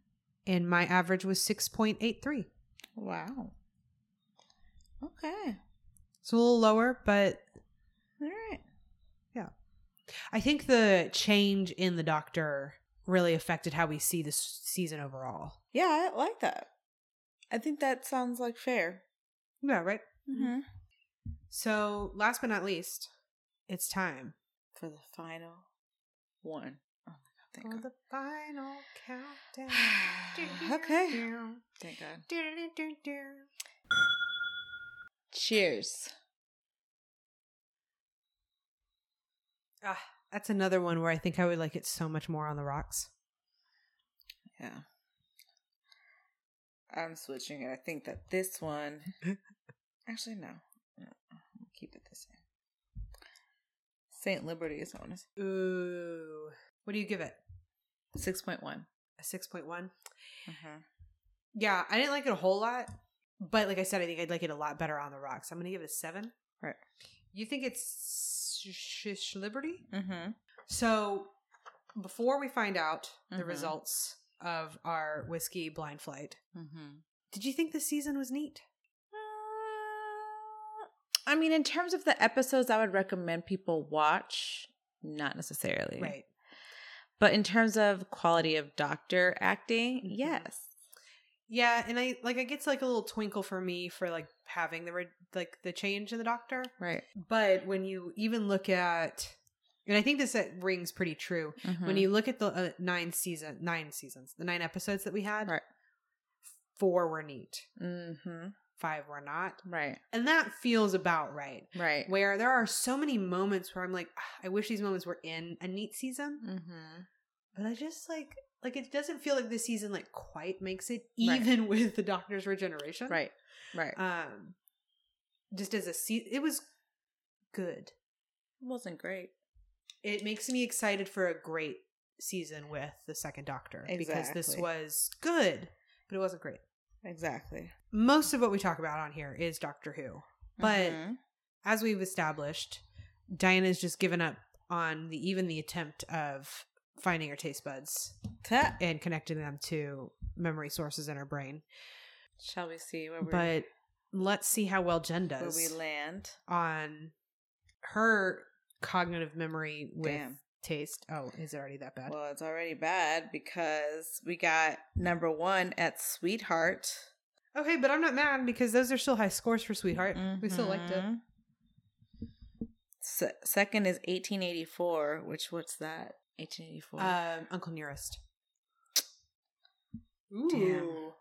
B: and my average was 6.83.
A: Wow. Okay.
B: It's a little lower, but
A: All right.
B: I think the change in the doctor really affected how we see this season overall.
A: Yeah, I like that. I think that sounds like fair.
B: Yeah, right?
A: Mm-hmm.
B: So, last but not least, it's time
A: For the final one. Oh my
B: for
A: God,
B: the final countdown.
A: thank God. okay. Thank God. Cheers.
B: Ah, that's another one where I think I would like it so much more on the rocks.
A: Yeah. I'm switching it. I think that this one. Actually, no. No, I'll Keep it the same. St. Liberty is known as
B: Ooh. What do you give it?
A: 6one
B: A 6.1? Mm-hmm. Yeah, I didn't like it a whole lot, but like I said, I think I'd like it a lot better on the rocks. I'm going to give it a 7.
A: Right.
B: You think it's sh- sh- Liberty?
A: Mm-hmm.
B: So before we find out the
A: Mhm.
B: results of our whiskey blind flight,
A: Mm-hmm.
B: did you think the season was neat?
A: Uh, I mean, in terms of the episodes I would recommend people watch, not necessarily.
B: Right.
A: But in terms of quality of doctor acting,
B: Mhm.
A: yes.
B: Yeah, and I like it gets like a little twinkle for me for like having the re- like the change in the doctor.
A: Right.
B: But when you even look at and I think this uh, rings pretty true.
A: Mm-hmm.
B: When you look at the uh, nine season nine seasons, the nine episodes that we had,
A: Right.
B: four were neat,
A: Mm-hmm.
B: five were not.
A: Right.
B: And that feels about right.
A: Right.
B: where there are so many moments where I'm like, "Ah, I wish these moments were in a neat season,
A: Mm-hmm.
B: but I just like like it doesn't feel like this season like quite makes it
A: Right.
B: even with the Doctor's regeneration.
A: Right. Right.
B: Um, just as a se- it was good.
A: wasn't great.
B: It makes me excited for a great season with the Second Doctor because this
A: Exactly.
B: was good, but it wasn't great.
A: Exactly.
B: Most of what we talk about on here is Doctor Who, but
A: Mhm.
B: as we've established, Diana's just given up on the even the attempt of finding her taste buds
A: Ta-
B: and connecting them to memory sources in her brain.
A: shall we see where we
B: But let's see how well Jen
A: where
B: does
A: we land?
B: on her cognitive memory with
A: Damn.
B: taste. Oh, is it already that bad?
A: Well, it's already bad because we got number one at Sweetheart.
B: okay, but I'm not mad because those are still high scores for Sweetheart. We still liked it.
A: Mhm. Mm-hmm. Se- second is 1884, which what's that? 1884.
B: Um, Uncle Nearest. Ooh.
A: Damn.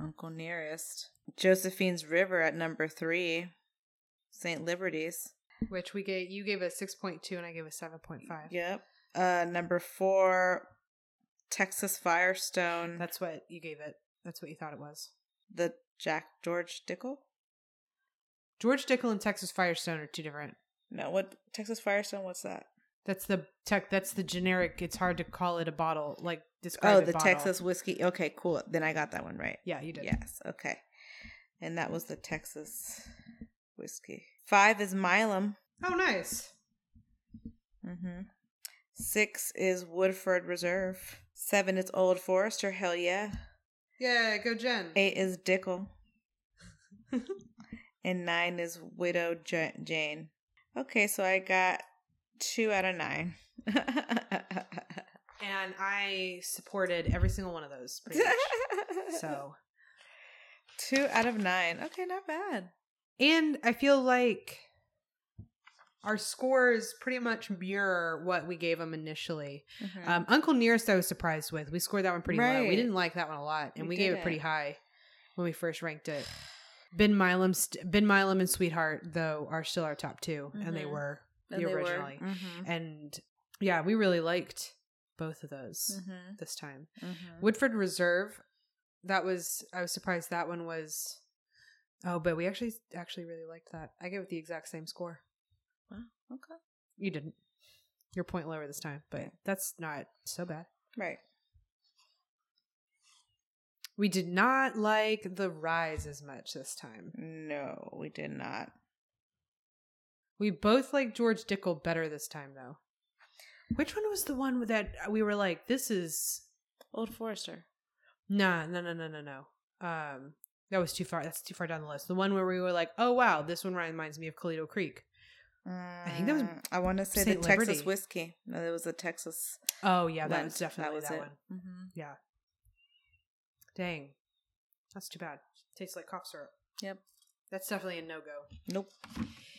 A: Uncle Nearest. Josephine's River at number three. St. Liberties.
B: Which we gave you gave a six point two and I gave a seven point five.
A: Yep. Uh, number four, Texas Firestone.
B: That's what you gave it. That's what you thought it was.
A: the Jack George Dickel.
B: George Dickel and Texas Firestone are two different.
A: No, what Texas Firestone? What's that?
B: That's the tech. That's the generic. It's hard to call it a bottle. Like describe.
A: oh,
B: a
A: the
B: bottle.
A: Texas whiskey. Okay, cool. Then I got that one right.
B: Yeah, you did.
A: Yes. Okay. And that was the Texas whiskey. Five is Milam.
B: Oh, nice.
A: Mm-hmm. Six is Woodford Reserve. Seven is Old Forester. Hell yeah.
B: Yeah, go Jen.
A: Eight is Dickel. and nine is Widow Ja- Jane. Okay, so I got two out of nine.
B: And I supported every single one of those. Pretty much. so,
A: Two out of nine. Okay, not bad.
B: and I feel like our scores pretty much mirror what we gave them initially.
A: Mm-hmm. Uh,
B: Um, Uncle Nearest, I was surprised with. We scored that one pretty low.
A: Right.
B: We didn't like that one a lot, and
A: We
B: we, gave it
A: didn't.
B: pretty high when we first ranked it. Ben Milam, st- Ben Milam, and Sweetheart though are still our top 2 and they
A: Mhm.
B: were
A: And
B: the
A: they were-
B: originally.
A: Mhm.
B: And yeah, we really liked both of those
A: Mhm.
B: this time.
A: Mhm.
B: Woodford Reserve, that was I was surprised that one was. Oh, but we actually actually really liked that. I gave it the exact same score.
A: Okay.
B: You didn't. Your point lower this time, but
A: Yeah.
B: that's not so bad.
A: Right.
B: We did not like the rise as much this time.
A: No, we did not.
B: We both like George Dickel better this time, though. Which one was the one that uh, we were like, "This is
A: Old Forester.
B: nah, no, no, no, no, no." Um, that was too far. That's too far down the list. The one where we were like, "Oh wow, this one reminds me of Colito Creek."
A: I
B: think that was
A: Mm, I want to say the
B: Saint
A: Texas
B: Liberty.
A: whiskey. No, there was the Texas.
B: Oh yeah, that
A: blend.
B: was definitely that,
A: it.
B: one.
A: Mhm.
B: Dang, that's too bad. Tastes like cough syrup.
A: Yep.
B: That's definitely a no go.
A: Nope.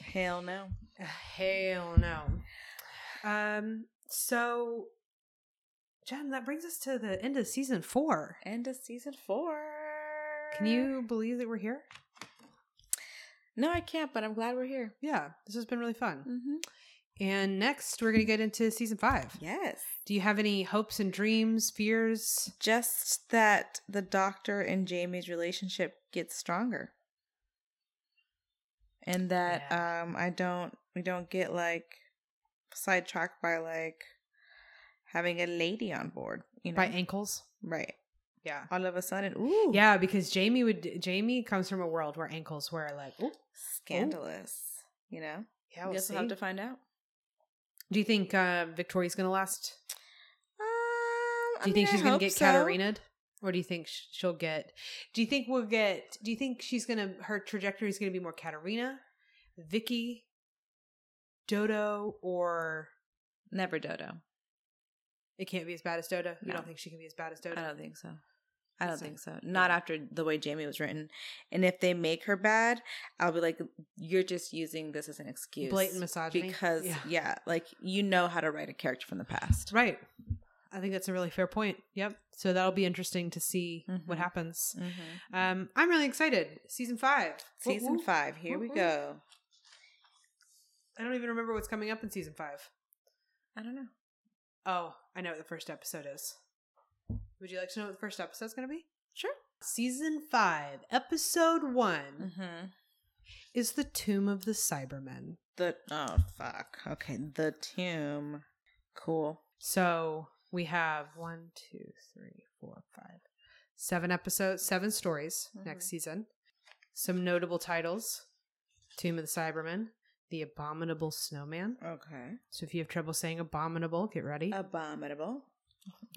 A: Hell no.
B: Hell no. Um. So, Jen, that brings us to the end of season four.
A: End of season four.
B: Can you believe that we're here?
A: No, I can't. But I'm glad we're here.
B: Yeah, this has been really fun.
A: Mm-hmm.
B: And next, we're going to get into season five.
A: Yes.
B: Do you have any hopes and dreams, fears?
A: Just that the doctor and Jamie's relationship gets stronger. And that um I don't we don't get like sidetracked by like having a lady on board, you know.
B: By ankles?
A: right.
B: Yeah.
A: All of a sudden, ooh.
B: Yeah, because Jamie would Jamie comes from a world where ankles were like, oh,
A: Scandalous, you know.
B: yeah,
A: I
B: we'll
A: guess
B: see.
A: we'll have to find out.
B: Do you think uh, Victoria's going to last?
A: Um,
B: Do you think she's going to get Katarinaed? Or do you think sh- she'll get Do you think we'll get Do you think she's going to her trajectory is going to be more Katarina, Vicky, Dodo or
A: Never Dodo.
B: it can't be as bad as Dodo? You
A: No.
B: don't think she can be as bad as Dodo?
A: I don't think so. I don't
B: So-
A: think so. Not after the way Jamie was written. And if they make her bad, I'll be like, you're just using this as an excuse.
B: blatant misogyny
A: Because, yeah.
B: Yeah.
A: like you know how to write a character from the past.
B: right i think that's a really fair point yep so that'll be interesting to see
A: Mhm.
B: what happens
A: Mhm.
B: um i'm really excited season five Woo-
A: Season
B: woo.
A: five, here we
B: Woo-woo.
A: go.
B: i don't even remember what's coming up in season five.
A: I don't know.
B: Oh, i know what the first episode is would you like to know what the first episode's going to be
A: Sure.
B: season five episode one
A: Mm-hmm.
B: is the tomb of the cybermen
A: The oh fuck. Okay, the tomb. Cool.
B: so we have one two three four five seven episodes seven stories next season some notable titles Tomb of the Cybermen, The Abominable Snowman.
A: Okay.
B: So if you have trouble saying abominable, get ready.
A: Abominable.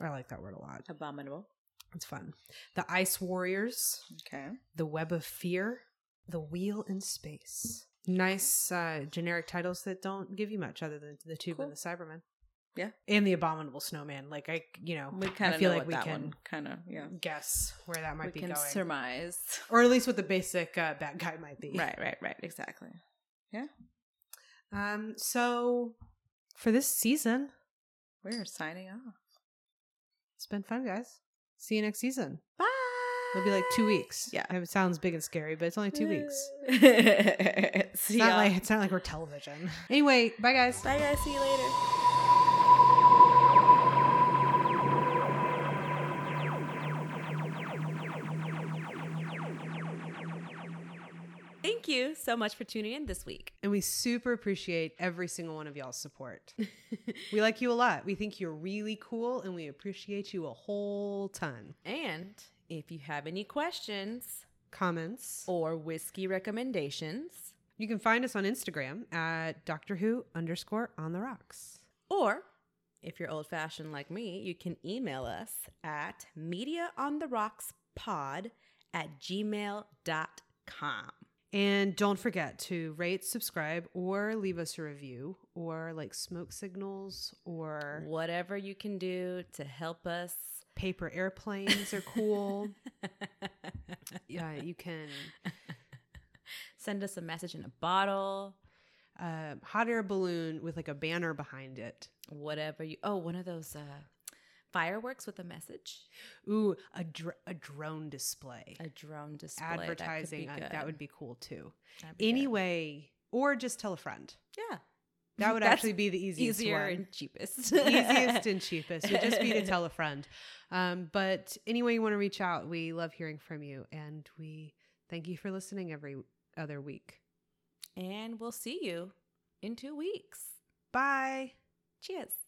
B: I like that word a lot.
A: Abominable.
B: It's fun. The Ice Warriors,
A: Okay.
B: The Web of Fear, The Wheel in Space. Nice uh, generic titles that don't give you much other than the Tomb
A: Cool.
B: and the Cybermen.
A: Yeah.
B: And The Abominable Snowman. Like, I, you know,
A: We kind
B: Oh, I
A: of
B: feel
A: know
B: like
A: what
B: we
A: that
B: can
A: one kind of yeah.
B: guess where that might
A: we
B: be
A: can
B: going.
A: surmise.
B: or at least what the basic uh, bad guy might be.
A: right, right, right. Exactly.
B: Um, so for this season,
A: We're signing off.
B: It's been fun, guys. See you next season.
A: Bye.
B: It'll be like two weeks.
A: Yeah.
B: it sounds big and scary, but it's only two weeks.
A: See
B: It's not
A: y'all.
B: like it's not like we're television. Anyway, bye guys.
A: Bye, guys. See you later. Thank you so much for tuning in this week.
B: And we super appreciate every single one of y'all's support. we like you a lot. We think you're really cool and we appreciate you a whole ton.
A: And if you have any questions
B: Comments.
A: or whiskey recommendations,
B: You can find us on Instagram at Doctor Who underscore on the rocks.
A: or if you're old fashioned like me, you can email us at mediaontherockspod at gmail.com.
B: And don't forget to rate, subscribe, or leave us a review or like smoke signals or
A: Whatever you can do to help us.
B: paper airplanes are cool. yeah, you can
A: Send us a message in a bottle.
B: uh, hot air balloon with like a banner behind it.
A: Whatever you. Oh, one of those uh, fireworks with a message.
B: Ooh, a dr- a drone display.
A: A drone display. That could be
B: Advertising uh, that,
A: good.
B: would be cool too.
A: That'd be good.
B: Anyway, or just tell a friend.
A: Yeah.
B: That would
A: That's
B: actually be the easiest
A: easier
B: one.
A: and cheapest.
B: easiest and cheapest would just be to tell a friend. Um, but anyway, you want to reach out, we love hearing from you, and we thank you for listening every other week.
A: and we'll see you in two weeks.
B: Bye.
A: Cheers.